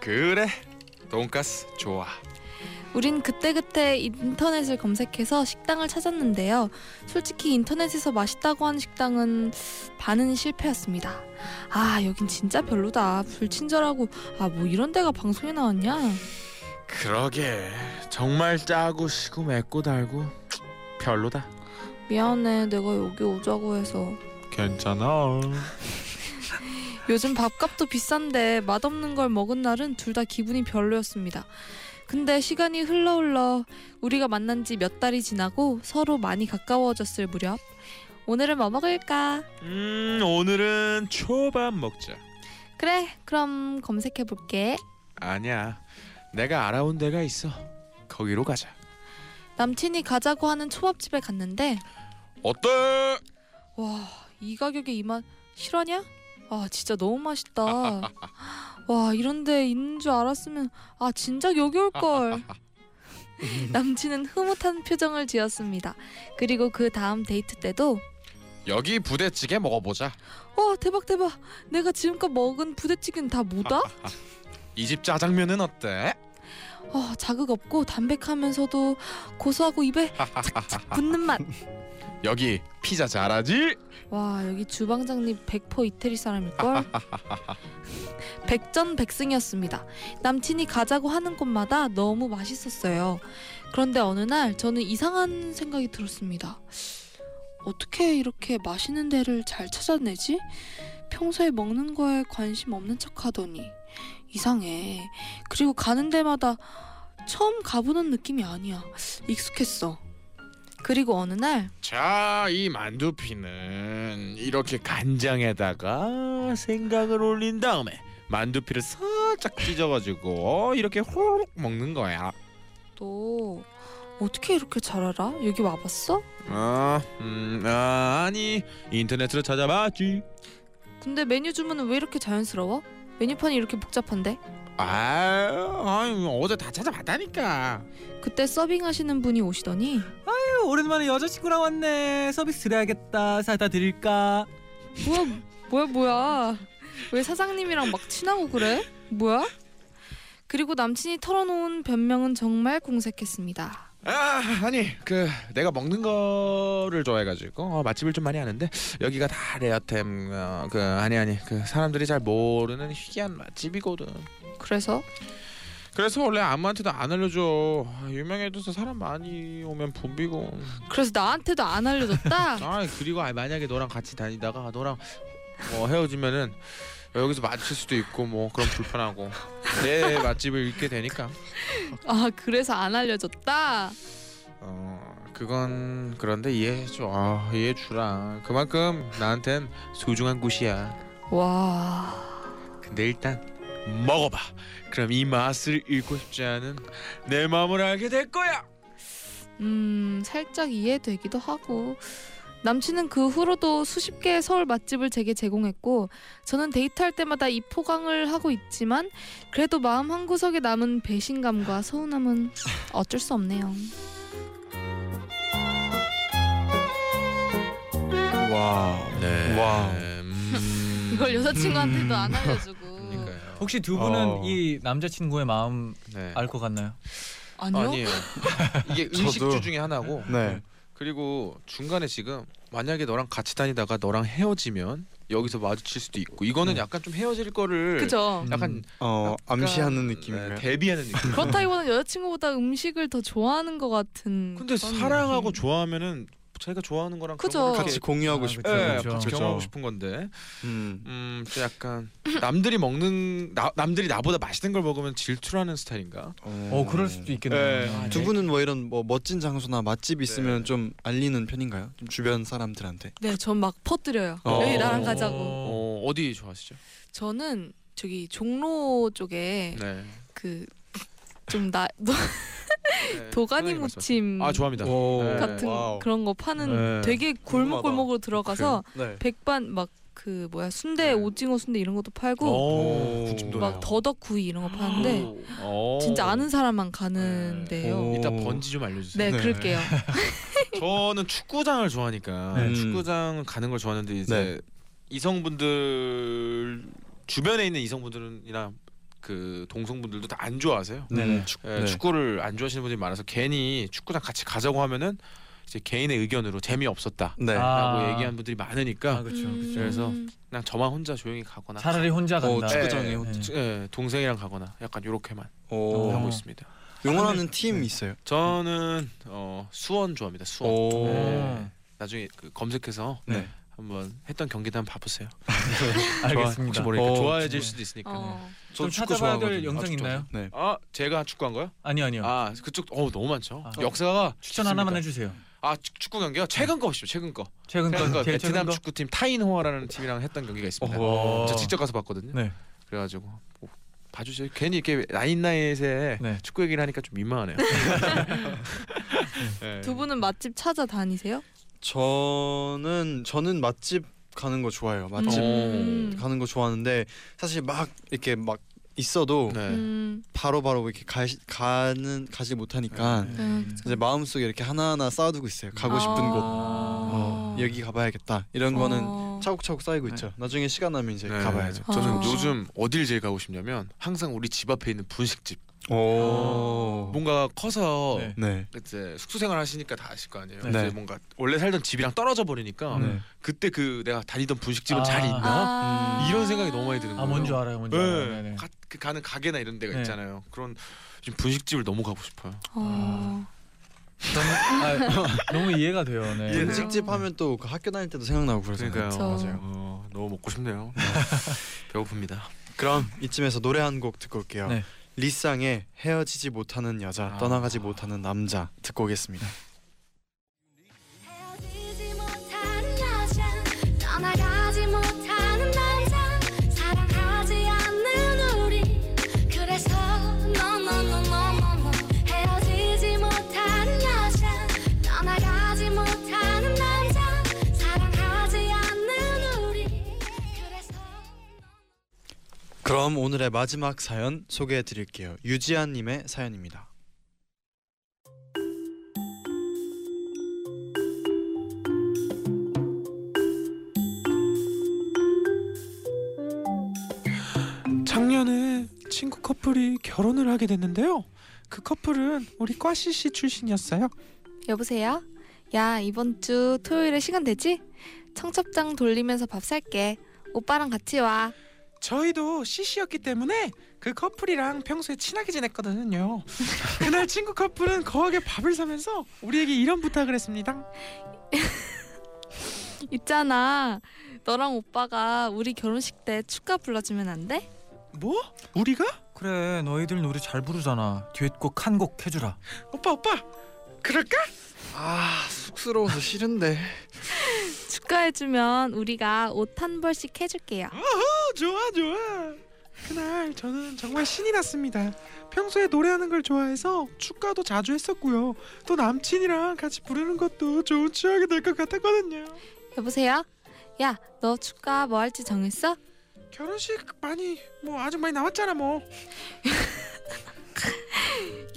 Speaker 7: 그래. 돈가스 좋아.
Speaker 3: 우린 그때그때 인터넷을 검색해서 식당을 찾았는데요. 솔직히 인터넷에서 맛있다고 하는 식당은 반은 실패였습니다. 아, 여긴 진짜 별로다. 불친절하고, 아, 뭐 이런 데가 방송에 나왔냐?
Speaker 7: 그러게. 정말 짜고 시고 맵고 달고 별로다.
Speaker 3: 미안해, 내가 여기 오자고 해서.
Speaker 7: 괜찮아.
Speaker 3: 요즘 밥값도 비싼데 맛없는 걸 먹은 날은 둘 다 기분이 별로였습니다. 근데 시간이 흘러 흘러 우리가 만난 지 몇 달이 지나고 서로 많이 가까워졌을 무렵 오늘은 뭐 먹을까?
Speaker 7: 음, 오늘은 초밥 먹자.
Speaker 3: 그래, 그럼 검색해 볼게.
Speaker 7: 아니야. 내가 알아온 데가 있어. 거기로 가자.
Speaker 3: 남친이 가자고 하는 초밥집에 갔는데
Speaker 7: 어때?
Speaker 3: 와 이 가격에 이 맛 실화냐? 아 진짜 너무 맛있다. 와 이런데 있는 줄 알았으면 아 진작 여기 올 걸. 남친은 흐뭇한 표정을 지었습니다. 그리고 그 다음 데이트 때도
Speaker 7: 여기 부대찌개 먹어보자.
Speaker 3: 와 대박 대박 내가 지금껏 먹은 부대찌개는 다 뭐다?
Speaker 7: 이 집 짜장면은 어때?
Speaker 3: 아, 자극 없고 담백하면서도 고소하고 입에 착착 붙는 맛.
Speaker 7: 여기 피자 잘하지?
Speaker 3: 와 여기 주방장님 100% 이태리 사람일걸? 백전백승이었습니다. 남친이 가자고 하는 곳마다 너무 맛있었어요. 그런데 어느 날 저는 이상한 생각이 들었습니다. 어떻게 이렇게 맛있는 데를 잘 찾아내지? 평소에 먹는 거에 관심 없는 척 하더니 이상해. 그리고 가는 데마다 처음 가보는 느낌이 아니야. 익숙했어. 그리고 어느 날
Speaker 7: 자, 이 만두피는 이렇게 간장에다가 생강을 올린 다음에 만두피를 살짝 찢어가지고 이렇게 호로록 먹는 거야.
Speaker 3: 너 어떻게 이렇게 잘 알아? 여기 와봤어?
Speaker 7: 아, 음, 아, 아니 인터넷으로 찾아봤지.
Speaker 3: 근데 메뉴 주문은 왜 이렇게 자연스러워? 메뉴판이 이렇게 복잡한데?
Speaker 7: 아, 아니 어제 다 찾아봤다니까.
Speaker 3: 그때 서빙하시는 분이 오시더니
Speaker 2: 어, 오랜만에 여자친구랑 왔네. 서비스 드려야겠다. 사다 드릴까?
Speaker 3: 뭐야 뭐야 뭐야 왜 사장님이랑 막 친하고 그래? 뭐야? 그리고 남친이 털어놓은 변명은 정말 공색했습니다.
Speaker 7: 아, 아니 그 내가 먹는 거를 좋아해가지고 어, 맛집을 좀 많이 아는데 여기가 다 레어템 어, 그 아니 아니 그 사람들이 잘 모르는 희귀한 맛집이거든.
Speaker 3: 그래서
Speaker 7: 그래서 원래 아무한테도 안 알려줘. 아, 유명해져서 사람 많이 오면 붐비고.
Speaker 3: 그래서 나한테도 안 알려줬다.
Speaker 7: 아 그리고 아, 만약에 너랑 같이 다니다가 너랑 뭐 헤어지면은 여기서 마칠 수도 있고 뭐 그럼 불편하고 내 맛집을 잃게 되니까.
Speaker 3: 아 그래서 안 알려줬다.
Speaker 7: 어 그건 그런데 이해해줘. 아, 이해해주라. 그만큼 나한텐 소중한 곳이야.
Speaker 3: 와.
Speaker 7: 근데 일단 먹어봐. 그럼 이 맛을 잃고 싶지 않은 내 마음을 알게 될 거야.
Speaker 3: 음, 살짝 이해되기도 하고. 남친은 그 후로도 수십 개의 서울 맛집을 제게 제공했고 저는 데이트할 때마다 이 포강을 하고 있지만 그래도 마음 한구석에 남은 배신감과 서운함은 어쩔 수 없네요.
Speaker 4: 와.
Speaker 7: 네.
Speaker 4: 와우.
Speaker 7: 음...
Speaker 3: 이걸 여자친구한테도 안 알려주고
Speaker 7: 그러니까요.
Speaker 2: 혹시 두 분은
Speaker 4: 어. 아,
Speaker 2: 이 남자친구의 마음
Speaker 7: 네.
Speaker 2: 알 것 같나요?
Speaker 3: 아니요?
Speaker 7: 아니에요. 이게
Speaker 4: 저도.
Speaker 7: 의식주 중에 하나고.
Speaker 4: 네.
Speaker 7: 그리고 중간에 지금 만약에 너랑 같이 다니다가 너랑 헤어지면 여기서 마주칠 수도 있고 이거는 약간 좀 헤어질 거를
Speaker 3: 그죠?
Speaker 2: 음.
Speaker 7: 약간
Speaker 4: 네. 어
Speaker 7: 약간,
Speaker 4: 암시하는 느낌이에요.
Speaker 7: 네, 대비하는 느낌.
Speaker 3: 그렇다기보다는 여자친구보다 음식을 더 좋아하는 것 같은
Speaker 7: 근데
Speaker 3: 음, 그런
Speaker 7: 사랑하고
Speaker 3: 느낌. 좋아하면은
Speaker 7: 좋아하면 자기가 좋아하는 거랑
Speaker 3: 그죠.
Speaker 7: 그런 거를
Speaker 4: 같이
Speaker 7: 이렇게-
Speaker 4: 공유하고
Speaker 2: 아,
Speaker 4: 싶죠.
Speaker 2: 그쵸,
Speaker 7: 예,
Speaker 2: 그죠.
Speaker 7: 같이
Speaker 4: 그죠.
Speaker 7: 경험하고 싶은 건데
Speaker 4: 음.
Speaker 7: 음, 좀 약간 남들이 먹는 나, 남들이 나보다 맛있는 걸 먹으면 질투하는 스타일인가?
Speaker 2: 어 그럴 수도
Speaker 7: 네.
Speaker 2: 아, 있겠네요.
Speaker 4: 두 분은 뭐 이런 뭐 멋진 장소나 맛집 있으면
Speaker 7: 네.
Speaker 4: 좀 알리는 편인가요? 좀 주변 사람들한테.
Speaker 3: 네, 전 막 퍼뜨려요.
Speaker 4: 어.
Speaker 3: 여기 나랑 가자고.
Speaker 7: 어, 어디 좋아하시죠?
Speaker 3: 저는 저기 종로 쪽에
Speaker 7: 네.
Speaker 3: 그 좀 나 네,
Speaker 7: 편하게
Speaker 3: 도가니
Speaker 7: 네. 말씀하세요.
Speaker 3: 무침
Speaker 7: 아, 좋아합니다. 네.
Speaker 3: 같은
Speaker 4: 와우.
Speaker 3: 그런 거
Speaker 7: 네.
Speaker 3: 파는 되게 골목골목으로 들어가서
Speaker 4: 네.
Speaker 3: 백반 막 그 뭐야 순대
Speaker 7: 네.
Speaker 3: 오징어 순대 이런 것도
Speaker 7: 어,
Speaker 3: 팔고
Speaker 7: 오,
Speaker 4: 군침도
Speaker 3: 막 더덕구이 이런 거 파는데
Speaker 7: 오.
Speaker 3: 진짜 아는 사람만 가는
Speaker 7: 네.
Speaker 3: 데요.
Speaker 4: 오.
Speaker 7: 이따 번지 좀 알려주세요.
Speaker 3: 네,
Speaker 4: 네.
Speaker 3: 그럴게요.
Speaker 7: 저는 축구장을 좋아하니까
Speaker 4: 네.
Speaker 7: 축구장 가는 걸 좋아하는데 이제 이성분들 주변에 있는 이성분들이나 그 동성분들도 다 안 좋아하세요.
Speaker 4: 네. 축-
Speaker 7: 예,
Speaker 4: 네.
Speaker 7: 축구를 안 좋아하시는 분들이 많아서 괜히 축구장 같이 가자고 하면은 이제 개인의 의견으로 재미 없었다라고
Speaker 4: 네.
Speaker 2: 아.
Speaker 7: 얘기한 분들이 많으니까
Speaker 2: 아 그렇죠. 그렇죠.
Speaker 7: 그래서
Speaker 3: 음.
Speaker 7: 그냥 저만 혼자 조용히 가거나
Speaker 2: 차라리 혼자
Speaker 4: 어,
Speaker 2: 간다.
Speaker 4: 축구장에
Speaker 2: 네.
Speaker 4: 혼자-
Speaker 2: 네.
Speaker 7: 예, 동생이랑 가거나 약간 요렇게만
Speaker 4: 오.
Speaker 7: 하고 있습니다.
Speaker 4: 응원하는 팀 있어요.
Speaker 7: 저는 어, 수원 좋아합니다. 수원.
Speaker 4: 오.
Speaker 7: 네. 나중에 그 검색해서
Speaker 4: 네.
Speaker 7: 한번 했던 경기도 한번 봐보세요. 좋아- 혹시
Speaker 2: 알겠습니다.
Speaker 7: 모르니까
Speaker 4: 어,
Speaker 7: 좋아해질
Speaker 2: 네.
Speaker 7: 수도 있으니까.
Speaker 3: 어.
Speaker 4: 저
Speaker 2: 좀
Speaker 4: 축구
Speaker 2: 찾아봐야 될
Speaker 4: 좋아하거든요.
Speaker 2: 영상
Speaker 4: 아, 축구
Speaker 2: 있나요?
Speaker 4: 좋아하거든요. 네.
Speaker 7: 아 제가 축구한 거요?
Speaker 2: 아니요 아니요.
Speaker 7: 아 그쪽 어 너무 많죠.
Speaker 2: 예. 아.
Speaker 7: 역사가
Speaker 2: 추천 하나만
Speaker 7: 깊습니다.
Speaker 2: 해주세요. 그러니까
Speaker 7: 아 축- 축구 경기요? 최근 거 보시죠. 최근 거.
Speaker 2: 최근
Speaker 7: 최근
Speaker 2: 거
Speaker 7: 거
Speaker 2: 제일 최근
Speaker 7: 베트남
Speaker 2: 거.
Speaker 7: 축구팀 타인호아라는 팀이랑 했던 경기가 있습니다.
Speaker 2: 어허.
Speaker 7: 저 직접 가서 봤거든요.
Speaker 2: 네.
Speaker 7: 그래가지고 뭐, 봐주세요. 괜히 이렇게 나인나잇에
Speaker 2: 네.
Speaker 7: 축구 얘기를 하니까 좀 민망하네요. 네.
Speaker 3: 두 분은 맛집 찾아다니세요?
Speaker 4: 저는 저는 맛집 가는 거 좋아해요. 맛집
Speaker 3: 음.
Speaker 4: 가는 거 좋아하는데 사실 막 이렇게 막 있어도
Speaker 7: 네.
Speaker 3: 음.
Speaker 4: 바로바로 이렇게 가, 가는 가지 못하니까
Speaker 7: 네.
Speaker 3: 네,
Speaker 4: 이제 마음속에 이렇게 하나하나 쌓아두고 있어요. 가고 싶은
Speaker 3: 아.
Speaker 4: 곳. 어, 여기 가봐야겠다. 이런 거는
Speaker 3: 어.
Speaker 4: 차곡차곡 쌓이고 있죠. 나중에 시간 나면 이제
Speaker 7: 네.
Speaker 4: 가봐야죠.
Speaker 7: 저는
Speaker 3: 아.
Speaker 7: 요즘 어딜 제일 가고 싶냐면 항상 우리 집 앞에 있는 분식집.
Speaker 4: 오.
Speaker 7: 뭔가 커서
Speaker 2: 네.
Speaker 4: 네.
Speaker 7: 이제 숙소 생활 하시니까 다 아실 거 아니에요.
Speaker 4: 네.
Speaker 7: 이제 뭔가 원래 살던 집이랑 떨어져 버리니까
Speaker 4: 네.
Speaker 7: 그때 그 내가 다니던 분식집은
Speaker 2: 아.
Speaker 7: 잘 있나?
Speaker 3: 아.
Speaker 7: 이런 생각이 너무 많이 드는 거예요.
Speaker 2: 아 뭔지 알아요 뭔지 알아요.
Speaker 7: 네.
Speaker 2: 네네.
Speaker 7: 가, 그 가는 가게나 이런 데가
Speaker 2: 네.
Speaker 7: 있잖아요. 그런 지금 분식집을 너무 가고 싶어요.
Speaker 3: 어.
Speaker 2: 너무, 아, 너무 이해가 돼요. 네.
Speaker 7: 이해돼요?
Speaker 4: 음식집 하면 또그 학교 다닐 때도 생각나고
Speaker 9: 그렇죠.
Speaker 4: 그러잖아요.
Speaker 7: 그러니까요.
Speaker 3: 그쵸.
Speaker 7: 맞아요. 어, 너무 먹고 싶네요. 배고픕니다.
Speaker 4: 그럼 이쯤에서 노래 한 곡 듣고 올게요.
Speaker 2: 네.
Speaker 4: 리쌍의 헤어지지 못하는 여자,
Speaker 7: 아.
Speaker 4: 떠나가지 못하는 남자 듣고 오겠습니다.
Speaker 5: 헤어지지 못하는 여자 떠나가지 못하는 남자 사랑하지 않는 우리 그래서 너너너너너너 헤어지지 못하는 여자 떠나가지 못하는 남자 사랑하지 않는 우리 그래서
Speaker 4: 그럼 오늘의 마지막 사연 소개해 드릴게요. 유지한 님의 사연입니다.
Speaker 9: 작년에 친구 커플이 결혼을 하게 됐는데요. 그 커플은 우리 꽈시시 출신이었어요.
Speaker 3: 여보세요? 야 이번 주 토요일에 시간 되지? 청첩장 돌리면서 밥 살게. 오빠랑 같이 와.
Speaker 9: 저희도 시시였기 때문에 그 커플이랑 평소에 친하게 지냈거든요. 그날 친구 커플은 거하게 밥을 사면서 우리에게 이런 부탁을 했습니다.
Speaker 3: 있잖아. 너랑 오빠가 우리 결혼식 때 축가 불러주면 안 돼?
Speaker 9: 뭐? 우리가?
Speaker 2: 그래 너희들 노래 잘 부르잖아. 듀엣곡 한 곡 해주라.
Speaker 9: 오빠 오빠 그럴까?
Speaker 4: 아 쑥스러워서 싫은데
Speaker 3: 축하해주면 우리가 옷 한 벌씩 해줄게요.
Speaker 9: 어, 좋아 좋아. 그날 저는 정말 신이 났습니다. 평소에 노래하는 걸 좋아해서 축가도 자주 했었고요. 또 남친이랑 같이 부르는 것도 좋은 추억이 될 것 같았거든요.
Speaker 3: 여보세요? 야, 너 축가 뭐 할지 정했어?
Speaker 9: 결혼식 많이 뭐 아직 많이 남았잖아 뭐.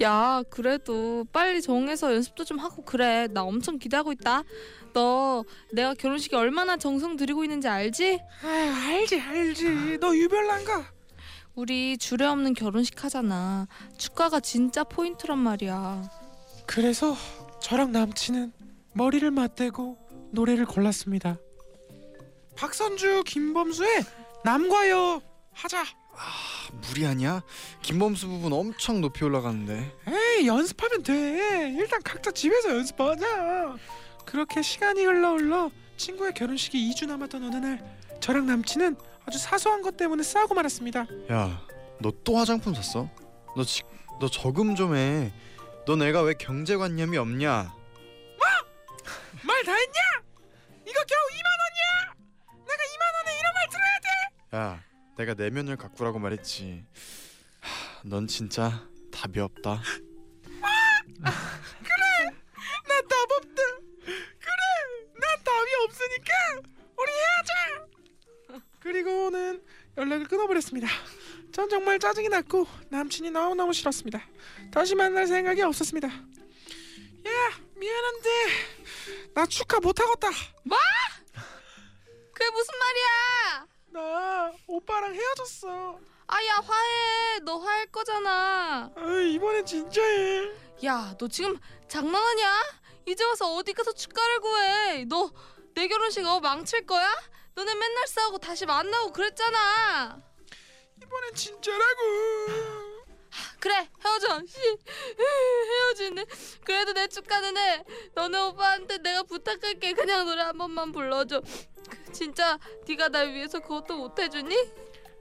Speaker 3: 야, 그래도 빨리 정해서 연습도 좀 하고 그래. 나 엄청 기대하고 있다. 너 내가 결혼식에 얼마나 정성 들이고 있는지 알지?
Speaker 9: 아유 알지 알지. 너 유별난가?
Speaker 3: 우리 주례 없는 결혼식 하잖아. 축가가 진짜 포인트란 말이야.
Speaker 9: 그래서 저랑 남친은 머리를 맞대고 노래를 골랐습니다. 박선주 김범수의 남과여 하자.
Speaker 4: 아, 무리하냐? 김범수 부분 엄청 높이 올라가는데
Speaker 9: 에이 연습하면 돼. 일단 각자 집에서 연습하자. 그렇게 시간이 흘러 흘러 친구의 결혼식이 2주 남았던 어느 날 저랑 남친은 아주 사소한 것 때문에 싸우고 말았습니다.
Speaker 4: 야 너 또 화장품 샀어? 너, 지, 너 저금 좀해너 내가 왜 경제관념이 없냐
Speaker 9: 말 다 했냐? 이거 겨우 2만 원이야? 내가 2만 원에 이런 말 들어야 돼?
Speaker 4: 야 내가 내면을 가꾸라고 말했지 하, 넌 진짜 답이 없다
Speaker 9: 난 답 없다. 그래, 난 답이 없으니까 그러니까 우리 헤어져. 그리고는 연락을 끊어버렸습니다. 전 정말 짜증이 났고 남친이 너무너무 싫었습니다. 다시 만날 생각이 없었습니다. 야, 미안한데 나 축하 못하겠다.
Speaker 3: 그게 무슨 말이야?
Speaker 9: 나 오빠랑 헤어졌어.
Speaker 3: 아야 화해. 너 화할 거잖아.
Speaker 9: 아, 이번엔 진짜해.
Speaker 3: 야, 너 지금 장난하냐? 이제 와서 어디 가서 축가를 구해? 너 내 결혼식 어 망칠 거야? 너네 맨날 싸우고 다시 만나고 그랬잖아.
Speaker 9: 이번엔 진짜라고.
Speaker 3: 그래 헤어져. 씨, 헤어지네. 그래도 내 축가는 해. 너네 오빠한테 내가 부탁할게. 그냥 노래 한 번만 불러줘. 진짜 네가 날 위해서 그것도 못 해주니?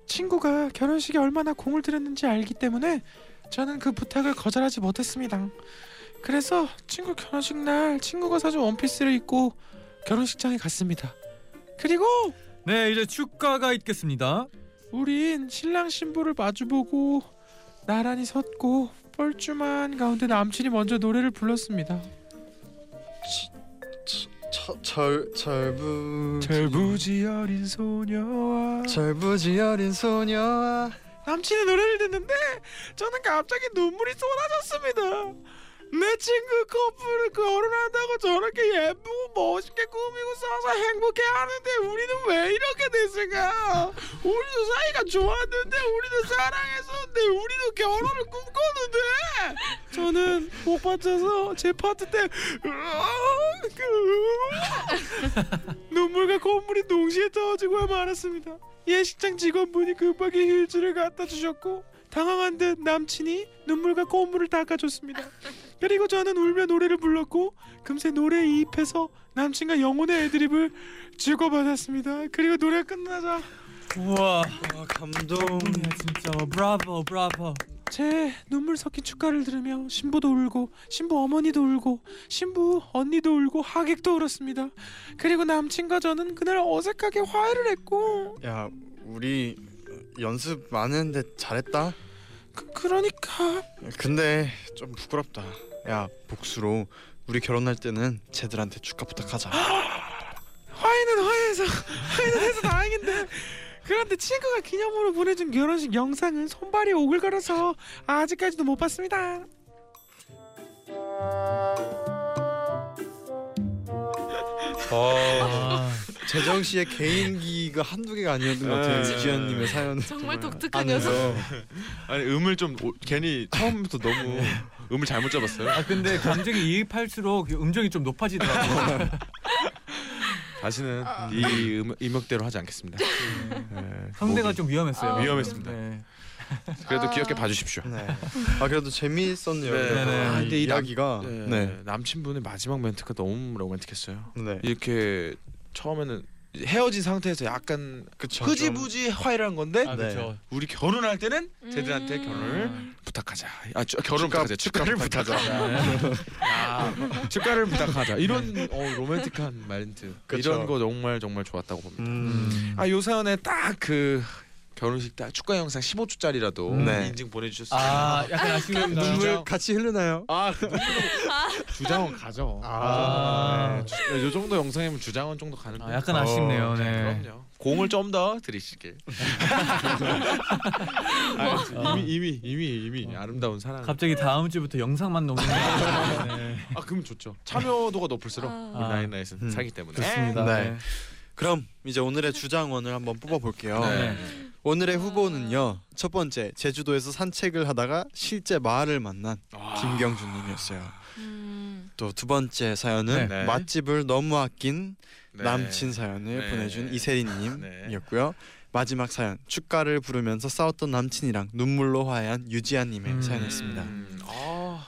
Speaker 9: 친구가 결혼식에 얼마나 공을 들였는지 알기 때문에 저는 그 부탁을 거절하지 못했습니다. 그래서 친구 결혼식 날 친구가 사준 원피스를 입고 결혼식장에 갔습니다. 그리고
Speaker 2: 네 이제 축가가 있겠습니다.
Speaker 9: 우린 신랑 신부를 마주보고 나란히 섰고 뻘쭘한 가운데 남친이 먼저 노래를 불렀습니다.
Speaker 4: 철 철부
Speaker 9: 절부지 어린 소녀와
Speaker 4: 철부지 어린 소녀와
Speaker 9: 남친의 노래를 듣는데 저는 갑자기 눈물이 쏟아졌습니다. 내 친구 커플을 결혼한다고 저렇게 예쁘고 멋있게 꾸미고 싸서 행복해하는데 우리는 왜 이렇게 됐을까? 우리도 사이가 좋았는데 우리도 사랑했었는데 우리도 결혼을 꿈꿨는데 저는 못 받쳐서 제 파트 때 으악, 으악. 눈물과 콧물이 동시에 터지고 말았습니다. 예식장 직원분이 급하게 휴지를 갖다 주셨고 당황한 듯 남친이 눈물과 콧물을 닦아줬습니다. 그리고 저는 울며 노래를 불렀고 금세 노래에 이입해서 남친과 영혼의 애드립을 주고받았습니다. 그리고 노래 끝나자
Speaker 2: 우와
Speaker 4: 아, 감동
Speaker 2: 꿈이야 진짜 브라보 브라보.
Speaker 9: 제 눈물 섞인 축가를 들으며 신부도 울고 신부 어머니도 울고 신부 언니도 울고 하객도 울었습니다. 그리고 남친과 저는 그날 어색하게 화해를 했고
Speaker 4: 야 우리 연습 많은데 잘했다
Speaker 9: 그, 그러니까
Speaker 4: 근데 좀 부끄럽다 야 복수로 우리 결혼할 때는 쟤들한테 축하 부탁하자
Speaker 9: 화해는 화해해서 화해는 해서 다행인데 그런데 친구가 기념으로 보내준 결혼식 영상은 손발이 오글거려서 아직까지도 못 봤습니다.
Speaker 2: 아,
Speaker 4: 재정 씨의 개인기가 한두 개가 아니었던 것 같아요
Speaker 7: 에.
Speaker 4: 이지현님의 사연은
Speaker 3: 정말 독특한
Speaker 4: 아니,
Speaker 3: 녀석.
Speaker 7: 아니 음을 좀 오- 괜히 처음부터 너무
Speaker 9: 네.
Speaker 7: 음을 잘못 잡았어요.
Speaker 2: 아 근데 감정이 이입할수록 음정이 좀 높아지더라고.
Speaker 7: 다시는
Speaker 9: 아.
Speaker 7: 이 음, 음역대로 하지 않겠습니다. 네,
Speaker 2: 상대가
Speaker 7: 목이
Speaker 2: 좀 위험했어요.
Speaker 3: 아.
Speaker 7: 위험했습니다.
Speaker 2: 네.
Speaker 7: 그래도
Speaker 3: 아.
Speaker 7: 귀엽게 봐주십시오.
Speaker 4: 네. 아 그래도 재미있었네요
Speaker 7: 네,
Speaker 4: 그래도.
Speaker 2: 네, 네.
Speaker 4: 아,
Speaker 7: 근데
Speaker 4: 이
Speaker 7: 이 남-
Speaker 4: 이야기가
Speaker 7: 네,
Speaker 4: 네.
Speaker 7: 남친분의 마지막 멘트가 너무 로맨틱했어요.
Speaker 4: 네.
Speaker 7: 이렇게 처음에는 헤어진 상태에서 약간
Speaker 4: 그쵸.
Speaker 7: 흐지부지 화해를 한 건데
Speaker 2: 아, 그쵸.
Speaker 7: 우리 결혼할 때는 쟤들한테
Speaker 3: 음.
Speaker 7: 결혼을 부탁하자. 아, 주- 결혼
Speaker 4: 축가-
Speaker 7: 부탁하자. 축가를 부탁하자. 아, 축가를 부탁하자. 이런
Speaker 2: 네.
Speaker 7: 어, 로맨틱한 말인트.
Speaker 4: 그쵸.
Speaker 7: 이런 거 정말 정말 좋았다고 봅니다.
Speaker 4: 음.
Speaker 7: 아, 요 사연에 딱 그 결혼식 때 축가 영상 15초짜리라도
Speaker 4: 네.
Speaker 7: 인증 보내 주셨어요.
Speaker 2: 음. 아 약간 아쉽네요.
Speaker 4: 눈물 같이 흐르나요?
Speaker 7: 아, 그 주장원 가죠.
Speaker 2: 아.
Speaker 4: 아.
Speaker 7: 네, 주- 요 정도 영상이면 주장원 정도 가는 어,
Speaker 2: 아, 약간 아쉽네요. 네.
Speaker 7: 그럼요. 공을 좀 더 들이시길. 아, 이미 이미 이미
Speaker 2: 어.
Speaker 7: 이미 아름다운 사랑.
Speaker 2: 갑자기 다음 주부터 영상만 녹는. 네.
Speaker 7: 아 그럼 좋죠. 참여도가 높을수록
Speaker 3: 아.
Speaker 7: 나인나잇은
Speaker 4: 음.
Speaker 7: 사기 때문에.
Speaker 2: 좋습니다.
Speaker 4: 네. 그럼 이제 오늘의 주장원을 한번 뽑아볼게요.
Speaker 7: 네.
Speaker 4: 오늘의 후보는요. 첫 번째 제주도에서 산책을 하다가 실제 마을을 만난
Speaker 7: 아,
Speaker 4: 김경준님이었어요.
Speaker 3: 음.
Speaker 4: 또 두 번째 사연은
Speaker 7: 네.
Speaker 4: 맛집을 너무 아낀
Speaker 7: 네.
Speaker 4: 남친 사연을
Speaker 7: 네.
Speaker 4: 보내준
Speaker 7: 네.
Speaker 4: 이세리님이었고요. 마지막 사연 축가를 부르면서 싸웠던 남친이랑 눈물로 화해한 유지아님의
Speaker 2: 음.
Speaker 4: 사연이었습니다.
Speaker 7: 음, 아,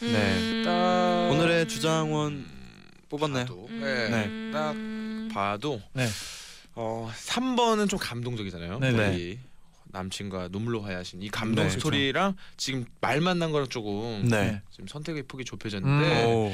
Speaker 4: 네.
Speaker 7: 딱
Speaker 4: 오늘의 주장원
Speaker 7: 음,
Speaker 4: 뽑았나요?
Speaker 7: 봐도, 네.
Speaker 4: 네.
Speaker 7: 딱 봐도
Speaker 2: 네.
Speaker 7: 어 3번은 좀 감동적이잖아요.
Speaker 2: 네, 네.
Speaker 7: 우리 남친과 눈물로 화해하신 이 감동
Speaker 4: 네.
Speaker 7: 스토리랑 지금 말 만난 거랑 조금
Speaker 4: 네. 음.
Speaker 7: 지금 선택의 폭이 좁혀졌는데
Speaker 4: 오.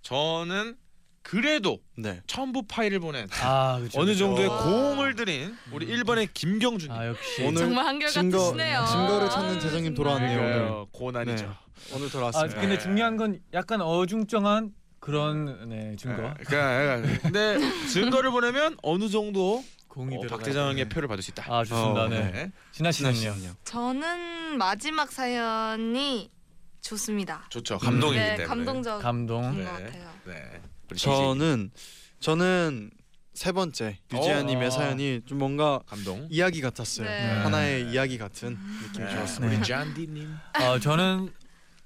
Speaker 7: 저는 그래도
Speaker 4: 네.
Speaker 7: 첨부 파일을 보낸
Speaker 2: 아 그쵸.
Speaker 7: 어느 음.
Speaker 2: 그쵸.
Speaker 7: 정도의
Speaker 3: 와.
Speaker 7: 공을 들인 우리 1번의 김경준님.
Speaker 2: 아 역시
Speaker 4: 오늘
Speaker 3: 정말 한결같으시네요.
Speaker 4: 증거를 찾는 재정님 돌아왔네요.
Speaker 3: 정말.
Speaker 4: 오늘.
Speaker 7: 그래요. 고난이죠.
Speaker 4: 네. 오늘
Speaker 2: 아
Speaker 4: 돌아왔습니다.
Speaker 2: 근데 중요한 건 약간 어중쩡한 그런 네 증거
Speaker 7: 예, 그러니까 약간- 근데 증거를 보내면 어느 정도
Speaker 2: 공이
Speaker 7: 어,
Speaker 2: 들어가야
Speaker 7: 박대장의
Speaker 2: 되네.
Speaker 7: 표를 받을 수 있다.
Speaker 2: 아 좋습니다.
Speaker 4: 어,
Speaker 2: 네.
Speaker 7: 네.
Speaker 2: 진아 씨는요.
Speaker 4: 지나시는요.
Speaker 6: 저는 마지막 사연이 좋습니다.
Speaker 7: 좋죠. 감동이기
Speaker 6: 네,
Speaker 7: 때문에.
Speaker 6: 감동적인
Speaker 2: 감동.
Speaker 7: 네.
Speaker 6: 것 같아요.
Speaker 7: 네. 우리 DJ.
Speaker 4: 저는 저는 세 번째 유지아님의
Speaker 2: 어.
Speaker 4: 사연이 좀 뭔가
Speaker 7: 감동.
Speaker 4: 이야기 같았어요.
Speaker 6: 네.
Speaker 4: 하나의 이야기 같은
Speaker 3: 음.
Speaker 4: 느낌이 좋았습니다.
Speaker 2: 네.
Speaker 7: 우리 잔디님.
Speaker 2: 어, 저는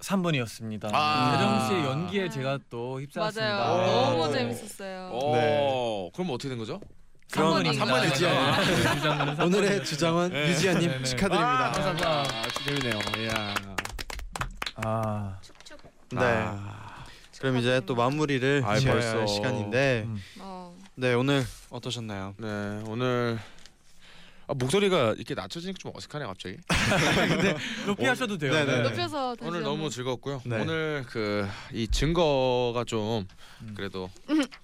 Speaker 2: 3번이었습니다.
Speaker 7: 아.
Speaker 2: 대정 씨의 연기에 제가 또 휩싸였습니다.
Speaker 3: 어,
Speaker 2: 네.
Speaker 3: 맞아요.
Speaker 7: 오.
Speaker 3: 너무 재밌었어요.
Speaker 7: 오.
Speaker 4: 네.
Speaker 7: 그럼 어떻게 된 거죠?
Speaker 4: 그럼
Speaker 3: 삼번입니다.
Speaker 7: 삼번에
Speaker 4: 유지아
Speaker 2: 주장은
Speaker 4: 오늘의 주장원
Speaker 7: 네.
Speaker 4: 유지아님
Speaker 2: 네, 네.
Speaker 4: 축하드립니다.
Speaker 7: 아, 감사합니다. 아, 재밌네요. 이야.
Speaker 2: 아
Speaker 4: 네. 그럼 이제 또 마무리를
Speaker 7: 아,
Speaker 4: 지어야
Speaker 7: 벌써.
Speaker 4: 할 시간인데
Speaker 2: 음.
Speaker 6: 어.
Speaker 4: 네 오늘 어떠셨나요?
Speaker 7: 네 오늘 아, 목소리가 이렇게 낮춰지니까 좀 어색하네 갑자기.
Speaker 2: 높이
Speaker 7: 오.
Speaker 2: 하셔도 돼요.
Speaker 4: 네, 네.
Speaker 6: 높여서 뭐. 다시
Speaker 7: 오늘
Speaker 6: 한번.
Speaker 7: 너무 즐거웠고요.
Speaker 4: 네.
Speaker 7: 오늘 그 이 증거가 좀
Speaker 2: 음.
Speaker 7: 그래도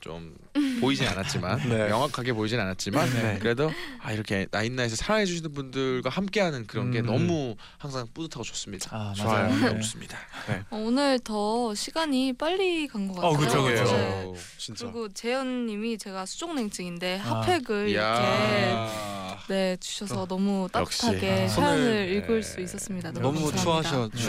Speaker 7: 좀 보이진 않았지만
Speaker 4: 네.
Speaker 7: 명확하게 보이진 않았지만
Speaker 4: 네.
Speaker 7: 그래도 아 이렇게 나인나에서 사랑해 주시는 분들과 함께하는 그런 게
Speaker 2: 음.
Speaker 7: 너무 항상 뿌듯하고 좋습니다.
Speaker 2: 아
Speaker 4: 좋아요.
Speaker 2: 맞아요.
Speaker 7: 너무
Speaker 2: 네.
Speaker 7: 좋습니다.
Speaker 6: 어, 오늘 더 시간이 빨리 간 것 같아요.
Speaker 2: 어, 그쵸,
Speaker 6: 네.
Speaker 2: 그쵸.
Speaker 7: 그래요.
Speaker 4: 진짜.
Speaker 6: 그리고 재현님이 제가 수족냉증인데
Speaker 2: 아. 어,
Speaker 6: 핫팩을 이렇게
Speaker 7: 이야.
Speaker 4: 아,
Speaker 6: 네 주셔서 너무
Speaker 7: 역시.
Speaker 6: 따뜻하게
Speaker 7: 아.
Speaker 6: 사연을
Speaker 7: 손을-
Speaker 6: 읽을
Speaker 7: 네.
Speaker 6: 수 있었습니다. 너무,
Speaker 4: 너무
Speaker 6: 감사합니다.
Speaker 4: 추하셔
Speaker 2: 네.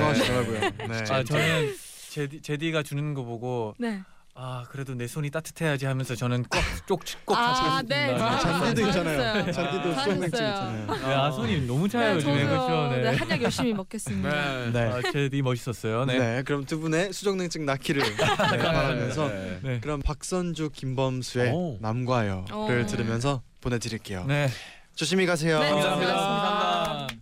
Speaker 4: 추하시더라고요. 네.
Speaker 2: 아 저는 제디 제디가 주는 거 보고
Speaker 6: 네.
Speaker 2: 아 그래도 내 손이 따뜻해야지 하면서 저는 꼭쪽꼭
Speaker 6: 아, 네.
Speaker 2: 아,
Speaker 4: 잔디도
Speaker 6: 아,
Speaker 4: 있잖아요.
Speaker 6: 잘했어요.
Speaker 4: 잔디도
Speaker 6: 잘했어요.
Speaker 4: 수정냉증 있잖아요.
Speaker 2: 아 손이 너무 차요
Speaker 6: 네,
Speaker 2: 요즘에 그렇죠.
Speaker 6: 저도
Speaker 2: 네.
Speaker 6: 네, 한약 열심히 먹겠습니다.
Speaker 7: 네.
Speaker 2: 아, 제디 멋있었어요.
Speaker 4: 네.
Speaker 2: 네.
Speaker 4: 그럼 두 분의 수정냉증 낫기를 네, 바라면서
Speaker 7: 네.
Speaker 2: 네.
Speaker 4: 그럼 박선주 김범수의
Speaker 7: 오.
Speaker 4: 남과요를
Speaker 6: 오.
Speaker 4: 들으면서 보내드릴게요.
Speaker 2: 네.
Speaker 4: 조심히 가세요.
Speaker 6: 네,
Speaker 2: 감사합니다.
Speaker 6: 감사합니다.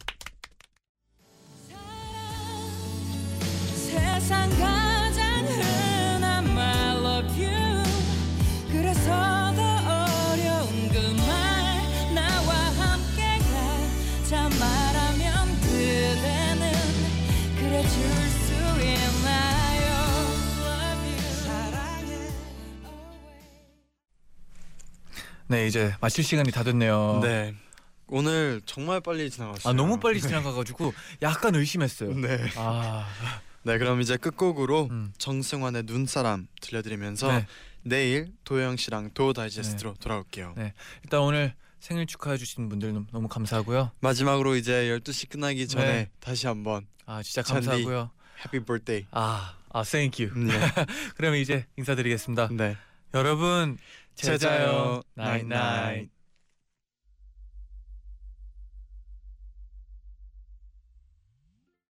Speaker 1: 세상 가장 흔한 I love you 그래서 더 어려운 그 말 나와 함께가 자 말하면 그대는 그래줄 수 있나요 love you 사랑해 always
Speaker 2: 네 이제 마칠 시간이 다 됐네요.
Speaker 4: 네. 오늘 정말 빨리 지나갔어요.
Speaker 2: 아 너무 빨리 지나가가지고 약간 의심했어요.
Speaker 4: 네.
Speaker 2: 아
Speaker 4: 네, 그럼 이제 끝곡으로
Speaker 2: 음.
Speaker 4: 정승환의 눈사람 들려드리면서
Speaker 2: 네.
Speaker 4: 내일 도영 씨랑 도 다이제스트로 돌아올게요.
Speaker 2: 네. 일단 오늘 생일 축하해 주신 분들 너무, 너무 감사하고요.
Speaker 4: 마지막으로 이제 12시 끝나기 전에
Speaker 2: 네.
Speaker 4: 다시 한번
Speaker 2: 아 진짜
Speaker 4: 잔디.
Speaker 2: 감사하고요.
Speaker 4: 해피 birthday.
Speaker 2: 아, 아 thank you.
Speaker 4: 음, 네.
Speaker 2: 그러면 이제 인사드리겠습니다.
Speaker 4: 네.
Speaker 2: 여러분 제자요. 나잇나잇.
Speaker 4: 나잇나잇.